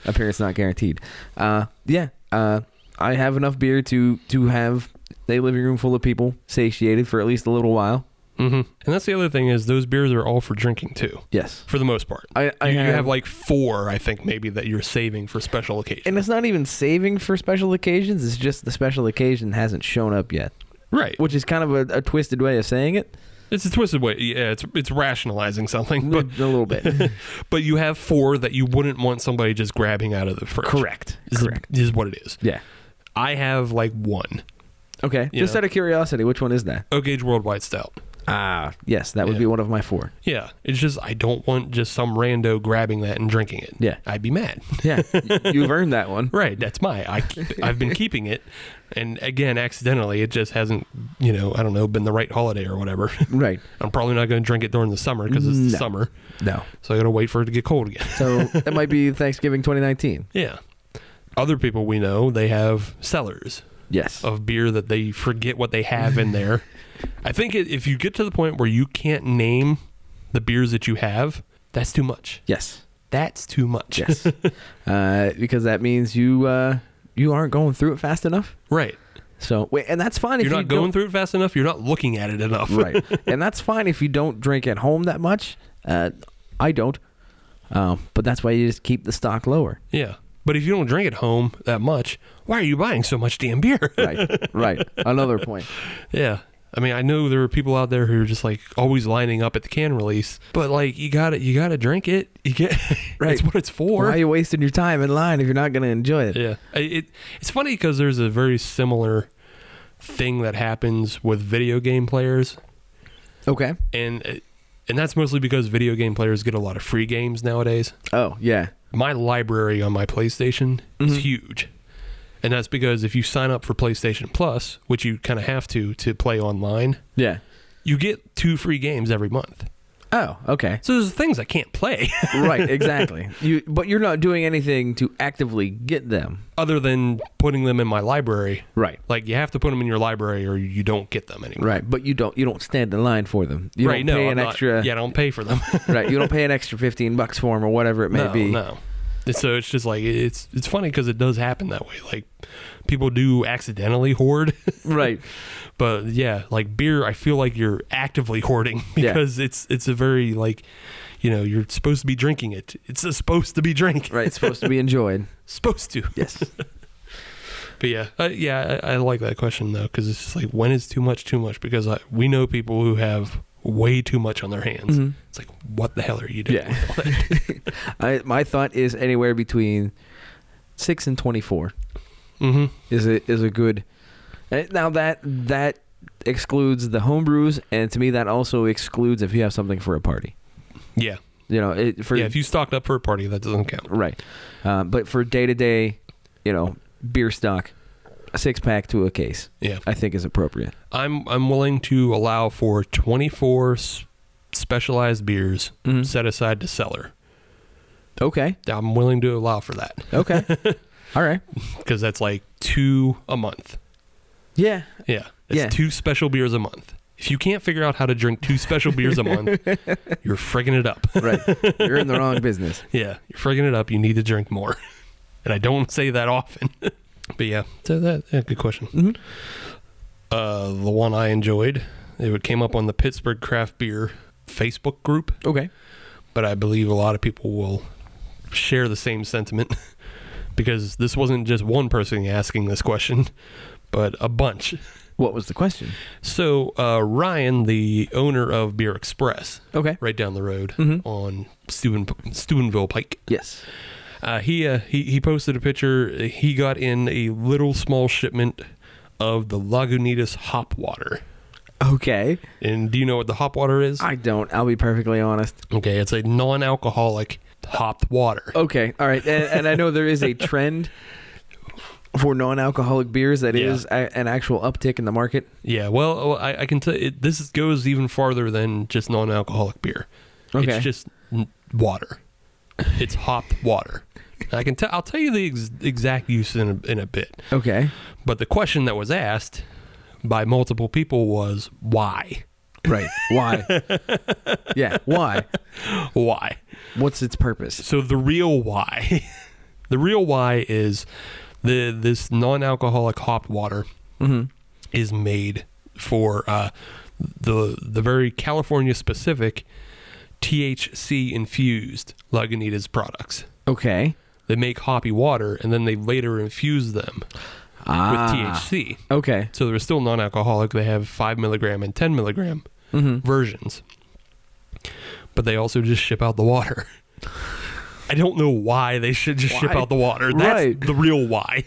Speaker 4: Appearance not guaranteed. Uh, yeah. Uh, I have enough beer to to have a living room full of people satiated for at least a little while.
Speaker 5: hmm And that's the other thing is those beers are all for drinking too,
Speaker 4: Yes.
Speaker 5: for the most part.
Speaker 4: I- I
Speaker 5: you, you
Speaker 4: have-
Speaker 5: have like four, I think, maybe that you're saving for special occasions.
Speaker 4: And it's not even saving for special occasions. It's just the special occasion hasn't shown up yet.
Speaker 5: right.
Speaker 4: which is kind of a, a twisted way of saying it
Speaker 5: It's a twisted way. Yeah, it's it's rationalizing something,
Speaker 4: a
Speaker 5: but
Speaker 4: little bit
Speaker 5: but you have four that you wouldn't want somebody just grabbing out of the fridge.
Speaker 4: Correct.
Speaker 5: Is,
Speaker 4: Correct.
Speaker 5: is what it is.
Speaker 4: yeah
Speaker 5: I have like one.
Speaker 4: okay
Speaker 5: Yeah.
Speaker 4: just out of curiosity which one is that
Speaker 5: Oak Age Worldwide Stout.
Speaker 4: ah yes that would be one of my four
Speaker 5: Yeah, it's just I don't want just some rando grabbing that and drinking it.
Speaker 4: Yeah.
Speaker 5: I'd be mad.
Speaker 4: yeah you've earned that one
Speaker 5: Right, that's my. I keep it. I've been keeping it, and again, accidentally, it just hasn't. You know, I don't know, been the right holiday or whatever.
Speaker 4: right
Speaker 5: I'm probably not going to drink it during the summer because it's the summer,
Speaker 4: no
Speaker 5: so I got to wait for it to get cold again.
Speaker 4: so that might be thanksgiving 2019
Speaker 5: yeah, other people we know they have cellars
Speaker 4: yes
Speaker 5: of beer that they forget what they have in there. I think it, if you get to the point where you can't name the beers that you have, that's too much.
Speaker 4: yes
Speaker 5: That's too much.
Speaker 4: yes uh, because that means you uh, you aren't going through it fast enough
Speaker 5: right.
Speaker 4: so wait and that's fine if
Speaker 5: You're
Speaker 4: you
Speaker 5: not
Speaker 4: don't-
Speaker 5: going through it fast enough. You're not looking at it enough.
Speaker 4: right and that's fine if you don't drink at home that much uh, i don't um, but that's why you just keep the stock lower
Speaker 5: Yeah. But if you don't drink at home that much, why are you buying so much damn beer?
Speaker 4: right right another point
Speaker 5: yeah. I mean, I know there are people out there who are just like always lining up at the can release, but like you got to you got to drink it. You get
Speaker 4: Right.
Speaker 5: it's what it's for.
Speaker 4: why are you wasting your time in line if you're not going to enjoy it
Speaker 5: Yeah, I- it, it's funny because there's a very similar thing that happens with video game players,
Speaker 4: okay
Speaker 5: and it- and that's mostly because video game players get a lot of free games nowadays.
Speaker 4: oh yeah
Speaker 5: My library on my PlayStation
Speaker 4: Mm-hmm.
Speaker 5: is huge, and that's because if you sign up for PlayStation Plus, which you kind of have to to play online,
Speaker 4: yeah
Speaker 5: you get two free games every month.
Speaker 4: oh okay
Speaker 5: So there's things I can't play
Speaker 4: right exactly you but you're not doing anything to actively get them
Speaker 5: other than putting them in my library.
Speaker 4: right
Speaker 5: Like you have to put them in your library, or you don't get them anymore.
Speaker 4: right but you don't you don't stand in line for them you don't
Speaker 5: right, no,
Speaker 4: pay
Speaker 5: I'm
Speaker 4: an
Speaker 5: not-
Speaker 4: extra
Speaker 5: yeah, I don't pay for them.
Speaker 4: right you don't pay an extra 15 bucks for them or whatever it may
Speaker 5: no,
Speaker 4: be
Speaker 5: no. And so it's just like it's it's funny because it does happen that way. Like people do accidentally hoard,
Speaker 4: Right.
Speaker 5: but yeah, like beer, I feel like you're actively hoarding
Speaker 4: Yeah.
Speaker 5: because it's it's a very like you know you're supposed to be drinking it. It's supposed to be drank.
Speaker 4: Right. It's supposed to be enjoyed.
Speaker 5: supposed to.
Speaker 4: Yes.
Speaker 5: But yeah, uh, yeah, I, I like that question though because it's just like when is too much too much? Because I, we know people who have way too much on their hands. It's like what the hell are you doing?
Speaker 4: Mm-hmm. Yeah.
Speaker 5: with all that?
Speaker 4: I, my thought is anywhere between six and twenty-four
Speaker 5: hmm
Speaker 4: is a is a good. eh, Now that that excludes the home brews, and to me that also excludes if you have something for a party.
Speaker 5: Yeah.
Speaker 4: You know, it, for
Speaker 5: yeah, if you stocked up for a party, that doesn't count.
Speaker 4: right, uh, but for day to day, you know, beer stock, a six pack to a case,
Speaker 5: Yeah,
Speaker 4: I think is appropriate.
Speaker 5: I'm I'm willing to allow for 24 s- specialized beers
Speaker 4: Mhm.
Speaker 5: set aside to cellar.
Speaker 4: Okay.
Speaker 5: I'm willing to allow for that
Speaker 4: Okay. All right.
Speaker 5: because that's like two a month.
Speaker 4: Yeah.
Speaker 5: Yeah, it's
Speaker 4: Yeah.
Speaker 5: two special beers a month. If you can't figure out how to drink two special beers a month, you're frigging it up.
Speaker 6: Right. You're in the wrong business.
Speaker 5: yeah, you're frigging it up. You need to drink more, and I don't say that often. but yeah, so that yeah, good question. Uh, the one I enjoyed, it came up on the Pittsburgh craft beer Facebook group.
Speaker 4: Okay.
Speaker 5: but I believe a lot of people will share the same sentiment because this wasn't just one person asking this question, but a bunch.
Speaker 4: What was the question?
Speaker 5: So uh, Ryan, the owner of Beer Express,
Speaker 4: Okay. Mm-hmm.
Speaker 5: right down the road on Steuben, Steubenville Pike,
Speaker 4: Yes.
Speaker 5: uh, he, uh, he he posted a picture. He got in a little small shipment of the Lagunitas hop water.
Speaker 4: Okay.
Speaker 5: And do you know what the hop water is?
Speaker 4: I don't. I'll be perfectly honest.
Speaker 5: okay, it's a non-alcoholic hopped water.
Speaker 4: Okay, all right, and, and I know there is a trend for non-alcoholic beers that is
Speaker 5: Yeah.
Speaker 4: a, an actual uptick in the market.
Speaker 5: Yeah, well, oh, I, I can tell it, this is, goes even farther than just non-alcoholic beer.
Speaker 4: Okay.
Speaker 5: It's just n- water. It's hopped water. And I can tell. I'll tell you the ex- exact use in a, in a bit.
Speaker 4: Okay,
Speaker 5: But the question that was asked by multiple people was why?
Speaker 4: right. Why? yeah, why?
Speaker 5: Why?
Speaker 4: What's its purpose?
Speaker 5: So the real why, the real why is the this non-alcoholic hopped water is made for uh, the the very California specific THC infused Lagunitas products.
Speaker 4: Okay.
Speaker 5: They make hoppy water and then they later infuse them
Speaker 4: Ah.
Speaker 5: with THC.
Speaker 4: Okay.
Speaker 5: So they're still non-alcoholic. They have five milligram and ten milligram
Speaker 4: Mm-hmm.
Speaker 5: versions, but they also just ship out the water. I don't know why they should just ship
Speaker 4: Why?
Speaker 5: out the water. That's
Speaker 4: Right.
Speaker 5: the real why.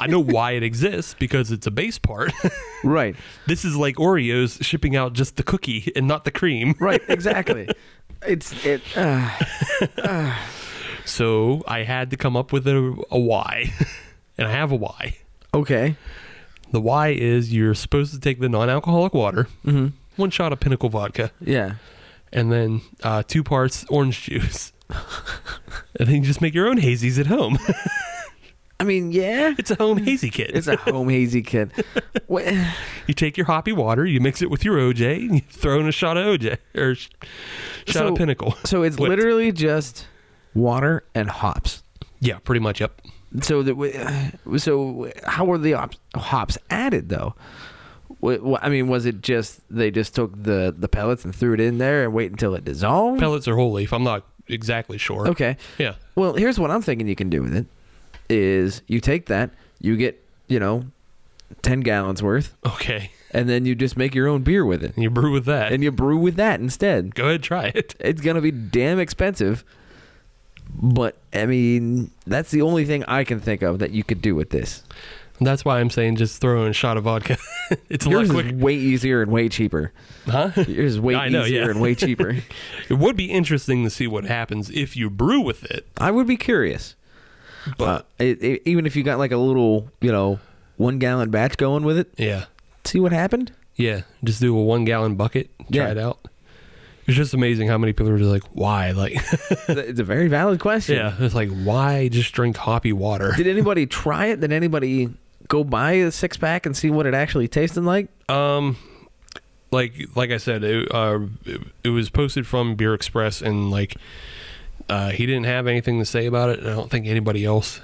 Speaker 5: I know why it exists because it's a base part.
Speaker 4: Right.
Speaker 5: this is like Oreos shipping out just the cookie and not the cream.
Speaker 4: Right. Exactly. it's it. Uh,
Speaker 5: So I had to come up with a, a why, and I have a why.
Speaker 4: okay.
Speaker 5: The why is you're supposed to take the non-alcoholic water,
Speaker 4: Mm-hmm.
Speaker 5: one shot of Pinnacle vodka,
Speaker 4: Yeah.
Speaker 5: and then uh, two parts orange juice. and then you just make your own hazies at home.
Speaker 4: I mean, yeah.
Speaker 5: it's a home hazy kit.
Speaker 4: Hmm. It's a home hazy kid. What?
Speaker 5: you take your hoppy water, you mix it with your OJ, and you throw in a shot of OJ or sh- shot
Speaker 4: So-
Speaker 5: of Pinnacle.
Speaker 4: So it's
Speaker 5: Whipped.
Speaker 4: literally just water and hops.
Speaker 5: yeah, pretty much. Yep.
Speaker 4: So that we- uh, so how were the op- hops added though? Wh- wh- I mean, was it just they just took the the pellets and threw it in there and wait until it dissolved?
Speaker 5: Pellets are whole leaf. I'm not exactly sure.
Speaker 4: Hmm. okay.
Speaker 5: Yeah.
Speaker 4: Well, here's what I'm thinking you can do with it: is you take that, you get you know, ten gallons worth,
Speaker 5: Okay.
Speaker 4: and then you just make your own beer with it,
Speaker 5: And you brew with that.
Speaker 4: and you brew with that instead.
Speaker 5: Go ahead, try it.
Speaker 4: It's gonna be damn expensive, but I mean, that's the only thing I can think of that you could do with this.
Speaker 5: That's why I'm saying just throw in a shot of vodka. it's a lot
Speaker 4: Yours
Speaker 5: quicker.
Speaker 4: is way easier and way cheaper.
Speaker 5: Huh?
Speaker 4: Yours is way
Speaker 5: I know,
Speaker 4: easier
Speaker 5: yeah.
Speaker 4: and way cheaper.
Speaker 5: It would be interesting to see what happens if you brew with it.
Speaker 4: I would be curious,
Speaker 5: But
Speaker 4: Uh, it, it- even if you got like a little, you know, one gallon batch going with it,
Speaker 5: yeah.
Speaker 4: see what happened.
Speaker 5: Yeah, just do a one gallon bucket, try
Speaker 4: Yeah.
Speaker 5: it out. It's just amazing how many people are just like, why? Like,
Speaker 4: it's a very valid question.
Speaker 5: yeah, it's like, why just drink hoppy water?
Speaker 4: Did anybody try it? Did anybody go buy a six pack and see what it actually tasted like?
Speaker 5: Um, like, like I said, it, uh, it, it was posted from Beer Express, and like, Uh, he didn't have anything to say about it. and I don't think anybody else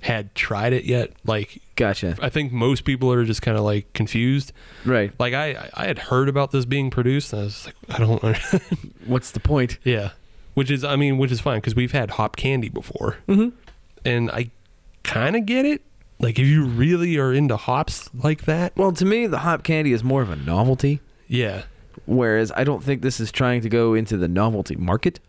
Speaker 5: had tried it yet. Like,
Speaker 6: Gotcha.
Speaker 5: I think most people are just kind of like confused.
Speaker 6: Right.
Speaker 5: Like, I I had heard about this being produced, and I was like, I don't. under-
Speaker 6: What's the point?
Speaker 5: yeah, which is I mean, which is fine because we've had hop candy before, mm-hmm. and I kind of get it. Like, if you really are into hops like that,
Speaker 4: Well, to me, the hop candy is more of a novelty,
Speaker 5: yeah.
Speaker 4: whereas I don't think this is trying to go into the novelty market.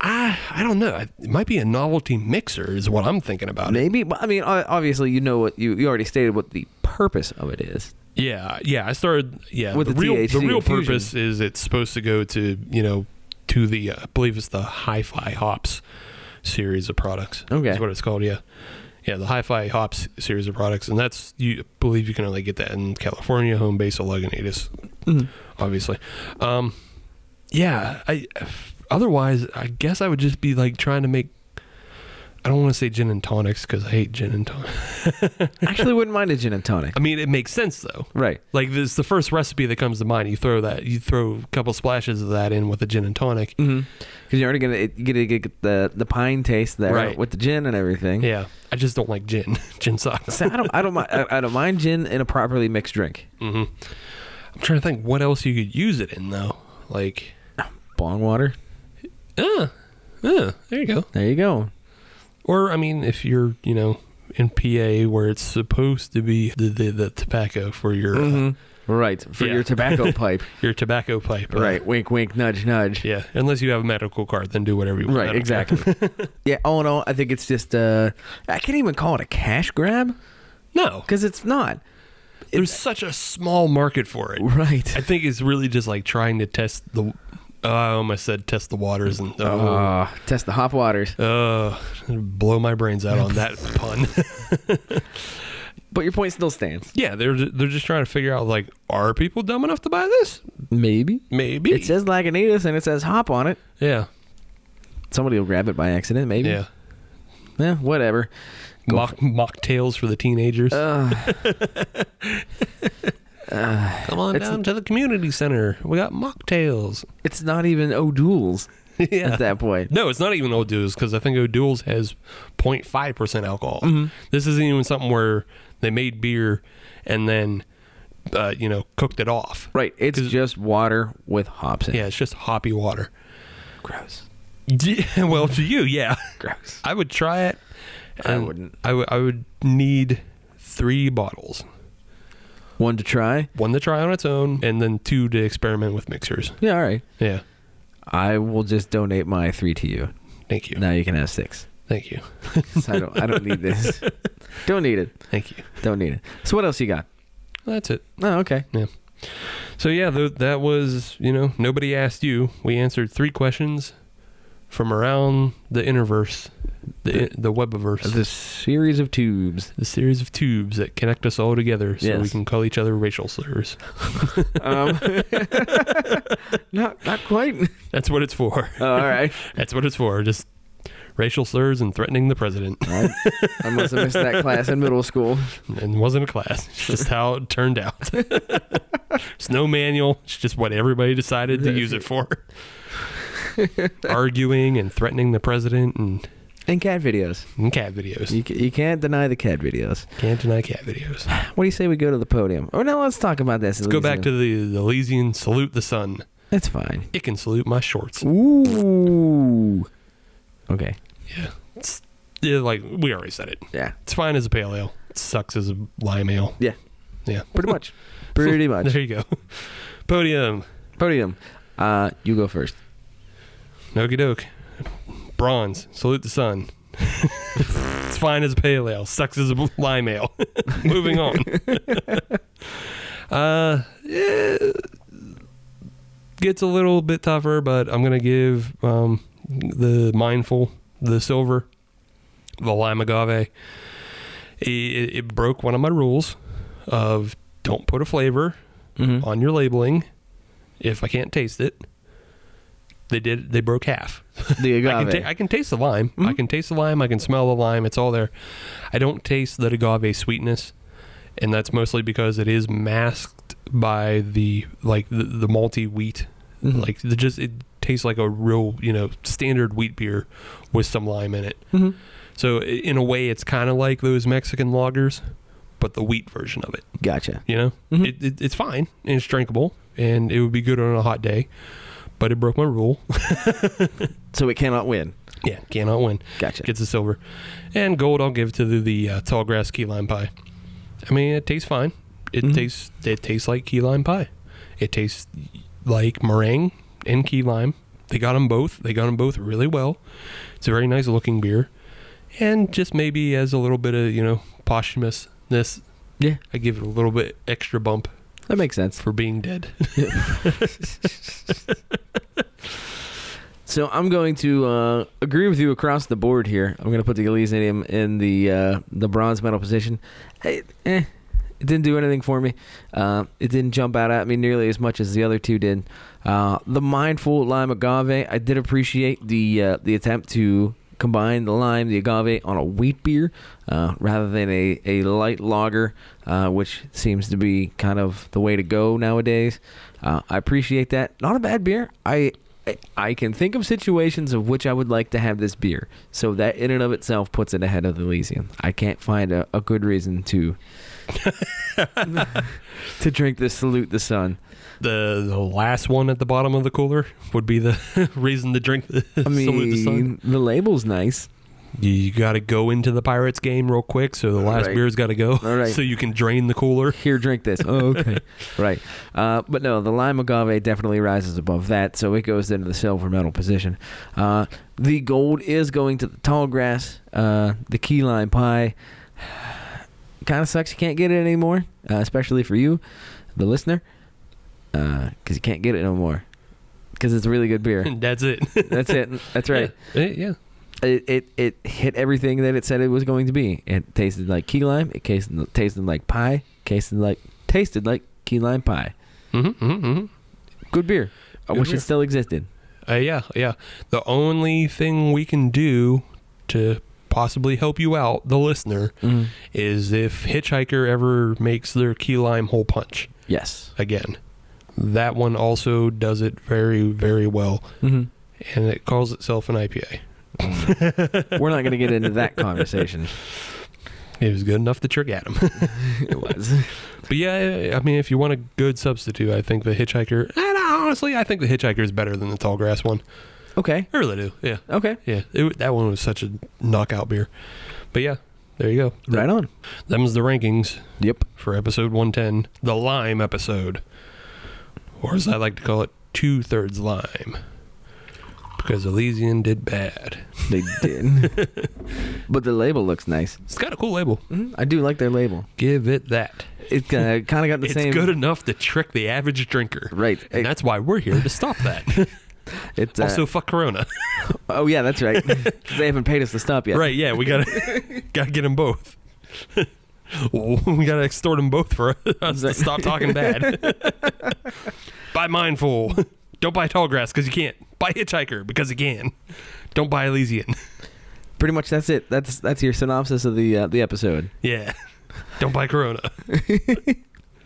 Speaker 5: I I don't know. It might be a novelty mixer, is what I'm thinking about. it.
Speaker 4: Maybe, but I mean, o- obviously, you know what you, you already stated what the purpose of it is.
Speaker 5: Yeah, yeah. I started. Yeah,
Speaker 4: With
Speaker 5: the,
Speaker 4: the
Speaker 5: real
Speaker 4: THC
Speaker 5: the real
Speaker 4: infusion.
Speaker 5: purpose is it's supposed to go to you know to the uh, I believe it's the Hi-Fi Hops series of products.
Speaker 4: Okay.
Speaker 5: is what it's called. Yeah, yeah. The Hi-Fi Hops series of products, and that's you I believe you can only get that in California, home base aluginatus,
Speaker 4: Mm-hmm.
Speaker 5: obviously. Um, yeah. I otherwise I guess I would just be like trying to make. I don't want to say gin and tonics because I hate gin and tonic.
Speaker 4: Actually, wouldn't mind a gin and tonic.
Speaker 5: I mean, it makes sense though.
Speaker 4: Right.
Speaker 5: Like this, the first recipe that comes to mind. You throw that, you throw a couple splashes of that in with a gin and tonic.
Speaker 6: Mm-hmm.
Speaker 4: Because you're already gonna it- you're gonna get the the pine taste there
Speaker 5: Right.
Speaker 4: with the gin and everything.
Speaker 5: Yeah, I just don't like gin. gin sucks.
Speaker 4: So I don't I don't mi- I, I don't mind gin in a properly mixed drink.
Speaker 5: I'm trying to think what else you could use it in though. Like,
Speaker 4: Bong water.
Speaker 5: uh, uh, there you go.
Speaker 4: There you go.
Speaker 5: Or I mean, if you're you know in PA where it's supposed to be the the, the tobacco for your uh,
Speaker 6: Mm-hmm. Right. For
Speaker 5: Yeah.
Speaker 6: your tobacco pipe.
Speaker 5: your tobacco pipe. uh,
Speaker 6: Right. Wink, wink, nudge, nudge.
Speaker 5: Yeah, unless you have a medical card, then do whatever you want. I
Speaker 6: Right.
Speaker 5: don't care.
Speaker 6: Exactly.
Speaker 4: Yeah. All in all, I think it's just uh I can't even call it a cash grab
Speaker 5: No,
Speaker 4: because it's not
Speaker 5: there's such a small market for it.
Speaker 4: right.
Speaker 5: I think it's really just like trying to test the. Oh, I almost said test the waters and oh,
Speaker 6: Uh, test the hop waters.
Speaker 4: Uh-huh.
Speaker 5: uh, blow my brains out on that pun.
Speaker 4: But your point still stands.
Speaker 5: yeah, they're ju- they're just trying to figure out like, are people dumb enough to buy this?
Speaker 4: Maybe
Speaker 5: Maybe.
Speaker 4: it says Lagunitas and it says hop on it.
Speaker 5: yeah,
Speaker 4: Somebody will grab it by accident. Maybe.
Speaker 5: yeah.
Speaker 4: Yeah, whatever.
Speaker 5: Mock mocktails for the teenagers. Come on
Speaker 4: it's-
Speaker 5: down to the community center. We got mocktails.
Speaker 4: It's not even O'Doul's
Speaker 5: yeah.
Speaker 4: at that point.
Speaker 5: No, it's not even O'Doul's because I think O'Doul's has 0.5% alcohol.
Speaker 4: Mm-hmm.
Speaker 5: This isn't even something where they made beer and then, uh, you know, cooked it off.
Speaker 4: Right. It's
Speaker 5: 'Cause-
Speaker 4: just water with hops in. it.
Speaker 5: Yeah, it's just hoppy water.
Speaker 4: Gross.
Speaker 5: Yeah, well, to you, yeah.
Speaker 4: Gross.
Speaker 5: I would try it.
Speaker 4: I
Speaker 5: and
Speaker 4: wouldn't.
Speaker 5: I would- I would need three bottles
Speaker 4: One to try.
Speaker 5: one to try on its own and then two to experiment with mixers.
Speaker 4: Yeah. All right.
Speaker 5: Yeah.
Speaker 4: I will just donate my three to you.
Speaker 5: Thank you.
Speaker 4: Now you can have six.
Speaker 5: Thank you.
Speaker 4: 'Cause I don't. I don't need this. don't need it.
Speaker 5: Thank you.
Speaker 4: Don't need it. So what else you got?
Speaker 5: That's it.
Speaker 4: Oh, okay.
Speaker 5: So yeah, th- that was you know nobody asked you. We answered three questions from around the interverse, the the webiverse,
Speaker 4: The series of tubes.
Speaker 5: the series of tubes that connect us all together, so we
Speaker 4: Yes.
Speaker 5: can call each other racial slurs.
Speaker 4: Um, not not quite.
Speaker 5: That's what it's for.
Speaker 4: Oh, all right.
Speaker 5: That's what it's for. Just racial slurs and threatening the president.
Speaker 4: I, I must have missed that class in middle school.
Speaker 5: and it wasn't a class. It's just how it turned out. it's no manual. It's just what everybody decided to use it for. Arguing and threatening the president and,
Speaker 4: And cat videos.
Speaker 5: and cat videos.
Speaker 4: You, ca- you can't deny the cat videos.
Speaker 5: Can't deny cat videos.
Speaker 4: What do you say we go to the podium? Or now let's talk about this.
Speaker 5: Let's go back to the, the Elysian salute the sun.
Speaker 4: It's fine.
Speaker 5: It can salute my shorts.
Speaker 4: Ooh. Okay.
Speaker 5: Yeah. It's, yeah, like we already said it.
Speaker 4: Yeah.
Speaker 5: It's fine as a pale ale. It sucks as a lime ale.
Speaker 4: Yeah.
Speaker 5: Yeah.
Speaker 4: Pretty much. Pretty much.
Speaker 5: There you go. Podium.
Speaker 4: Podium. Uh, you go first.
Speaker 5: Okie doke. Bronze. Salute the sun. it's fine as a pale ale. Sucks as a bl- lime ale. Moving on. uh, eh, gets a little bit tougher, but I'm gonna give um, the mindful the silver, the lime agave. It, it, it broke one of my rules of don't put a flavor
Speaker 4: Hmm.
Speaker 5: on your labeling if I can't taste it. They did. They broke half.
Speaker 4: The
Speaker 5: I can,
Speaker 4: agave.
Speaker 5: ta- I can taste the lime. I can taste the lime. I can smell the lime. It's all there. I don't taste the agave sweetness, and that's mostly because it is masked by the like the, the malty wheat. Like the, just it tastes like a real, you know, standard wheat beer with some lime in it.
Speaker 4: Mm-hmm.
Speaker 5: So i- in a way, it's kind of like those Mexican lagers, but the wheat version of it.
Speaker 4: Gotcha.
Speaker 5: You know, it, it, it's fine and it's drinkable, and it would be good on a hot day. But it broke my rule.
Speaker 4: So it cannot win.
Speaker 5: yeah, cannot win.
Speaker 4: Gotcha.
Speaker 5: Gets a silver, and gold. I'll give to the, the uh, tall grass key lime pie. I mean, it tastes fine. It
Speaker 4: Mm-hmm.
Speaker 5: tastes it tastes like key lime pie. It tastes like meringue and key lime. They got them both. They got them both really well. It's a very nice looking beer, and just maybe as a little bit of you know posthumousness.
Speaker 4: Yeah.
Speaker 5: I give it a little bit extra bump
Speaker 4: That makes sense.
Speaker 5: for being dead.
Speaker 4: So I'm going to uh, agree with you across the board here. I'm going to put the Elysium in the uh, the bronze medal position. It, eh, it didn't do anything for me. Uh, it didn't jump out at me nearly as much as the other two did. Uh, the mindful lime agave. I did appreciate the uh, the attempt to combine the lime, the agave on a wheat beer uh, rather than a, a light lager, uh, which seems to be kind of the way to go nowadays. Uh, I appreciate that. Not a bad beer. I I can think of situations of which I would like to have this beer. So that in and of itself puts it ahead of the Elysium. I can't find a, a good reason to to drink this salute the sun.
Speaker 5: the the last one at the bottom of the cooler would be the reason to drink the
Speaker 4: I
Speaker 5: salute the sun.
Speaker 4: mean, the, label's nice.
Speaker 5: You, got to go into the Pirates game real quick, so the last
Speaker 4: right.
Speaker 5: beer's got to go,
Speaker 4: All right.
Speaker 5: so you can drain the cooler.
Speaker 4: Here, drink this. Oh, okay. right. Uh, but no, the lime agave definitely rises above that, so it goes into the silver medal position. Uh, the gold is going to the tall grass, uh, the key lime pie. kind of sucks you can't get it anymore, uh, especially for you, the listener, because you can't get it no more. Because it's a really good beer.
Speaker 5: And that's it.
Speaker 4: That's it. That's right.
Speaker 5: Yeah. Eh, yeah.
Speaker 4: It, it it hit everything that it said it was going to be. It tasted like key lime. It tasted, tasted like pie. Tasted like tasted like key lime pie.
Speaker 5: hmm hmm
Speaker 4: Good beer. I
Speaker 5: Good
Speaker 4: wish
Speaker 5: beer.
Speaker 4: it still existed.
Speaker 5: Uh, yeah. Yeah. The only thing we can do to possibly help you out, the listener,
Speaker 4: Mm-hmm.
Speaker 5: is if Hitchhiker ever makes their key lime hole punch
Speaker 4: Yes.
Speaker 5: again. That one also does it very, very well,
Speaker 4: Mm-hmm.
Speaker 5: and it calls itself an IPA.
Speaker 4: We're not going to get into that conversation.
Speaker 5: It was good enough to trick Adam.
Speaker 4: It was.
Speaker 5: But yeah, I mean, if you want a good substitute, I think the Hitchhiker. And I- honestly, I think the Hitchhiker is better than the Tall Grass one.
Speaker 4: Okay.
Speaker 5: I really do. Yeah,
Speaker 4: Okay.
Speaker 5: yeah. It, wa- that one was such a knockout beer. But yeah, there you go.
Speaker 4: Right on.
Speaker 5: Them's the rankings
Speaker 4: Yep.
Speaker 5: for episode 110, the lime episode, or as I like to call it, two thirds lime, because Elysian did bad.
Speaker 4: They did. but the label looks nice.
Speaker 5: It's got a cool label.
Speaker 4: Mm-hmm. I do like their label.
Speaker 5: Give it that.
Speaker 4: It uh, kind of got the
Speaker 5: it's
Speaker 4: same.
Speaker 5: good enough to trick the average drinker.
Speaker 4: Right.
Speaker 5: And
Speaker 4: It-
Speaker 5: that's why we're here to stop that.
Speaker 4: It's, uh,
Speaker 5: also, fuck Corona.
Speaker 4: oh yeah, that's right. they haven't paid us to stop yet.
Speaker 5: Right, yeah, we gotta gotta get them both. we gotta extort them both for us to stop talking bad. buy Mindful. Don't buy Tallgrass because you can't. Buy Hitchhiker because you can. Don't buy Elysian.
Speaker 4: Pretty much that's it. That's that's your synopsis of the uh, the episode.
Speaker 5: Yeah. Don't buy Corona.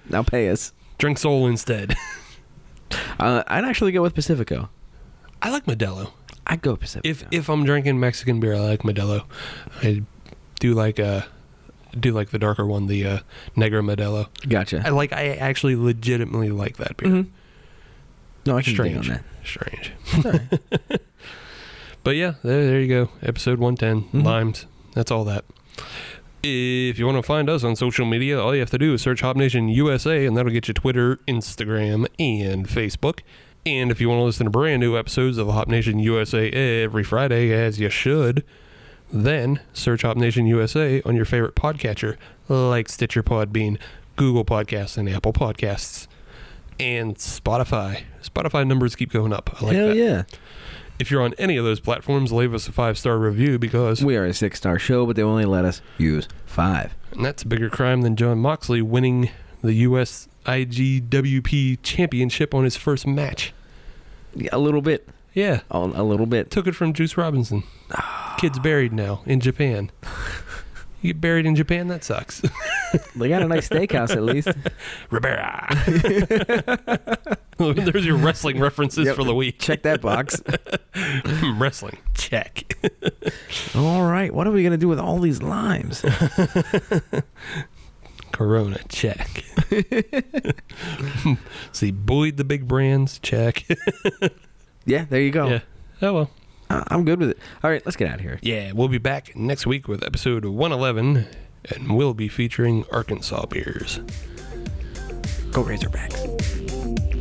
Speaker 4: Now pay us.
Speaker 5: Drink Soul instead.
Speaker 4: Uh, I'd actually go with Pacifico.
Speaker 5: I like Modelo.
Speaker 4: I'd go Pacifico.
Speaker 5: If if I'm drinking Mexican beer, I like Modelo. I do like uh do like the darker one, the uh, Negro Modelo. I
Speaker 4: gotcha.
Speaker 5: like. I actually legitimately like that beer.
Speaker 4: Mhm. No, I can dig on
Speaker 5: strange.
Speaker 4: that.
Speaker 5: Strange. but yeah, there, there you go. Episode 110, Limes. That's all that. If you want to find us on social media, all you have to do is search Hop Nation USA, and that'll get you Twitter, Instagram, and Facebook. And if you want to listen to brand new episodes of Hop Nation USA every Friday, as you should, then search Hop Nation USA on your favorite podcatcher, like Stitcher Podbean, Google Podcasts, and Apple Podcasts, and Spotify. Spotify numbers keep going up. I like
Speaker 4: Hell
Speaker 5: that.
Speaker 4: yeah.
Speaker 5: If you're on any of those platforms, leave us a five star review because
Speaker 4: We are a six star show, but they only let us use five.
Speaker 5: and that's a bigger crime than John Moxley winning the U.S. IGWP championship on his first match.
Speaker 4: Yeah, a little bit.
Speaker 5: Yeah,
Speaker 4: A, a little bit.
Speaker 5: took it from Juice Robinson. Kid's buried now in Japan. You get buried in Japan, that sucks.
Speaker 4: They got a nice steakhouse at least.
Speaker 5: Ribera. There's your wrestling references
Speaker 4: Yep.
Speaker 5: for the week.
Speaker 4: Check that box.
Speaker 5: wrestling. Check.
Speaker 4: all right. What are we gonna do with all these limes?
Speaker 5: Corona. Check. See, bullied the big brands. Check.
Speaker 4: Yeah, there you go.
Speaker 5: Yeah. Oh well.
Speaker 4: I- I'm good with it. All right, let's get out of here.
Speaker 5: Yeah, we'll be back next week with episode 111, and we'll be featuring Arkansas beers.
Speaker 4: Go Razorbacks.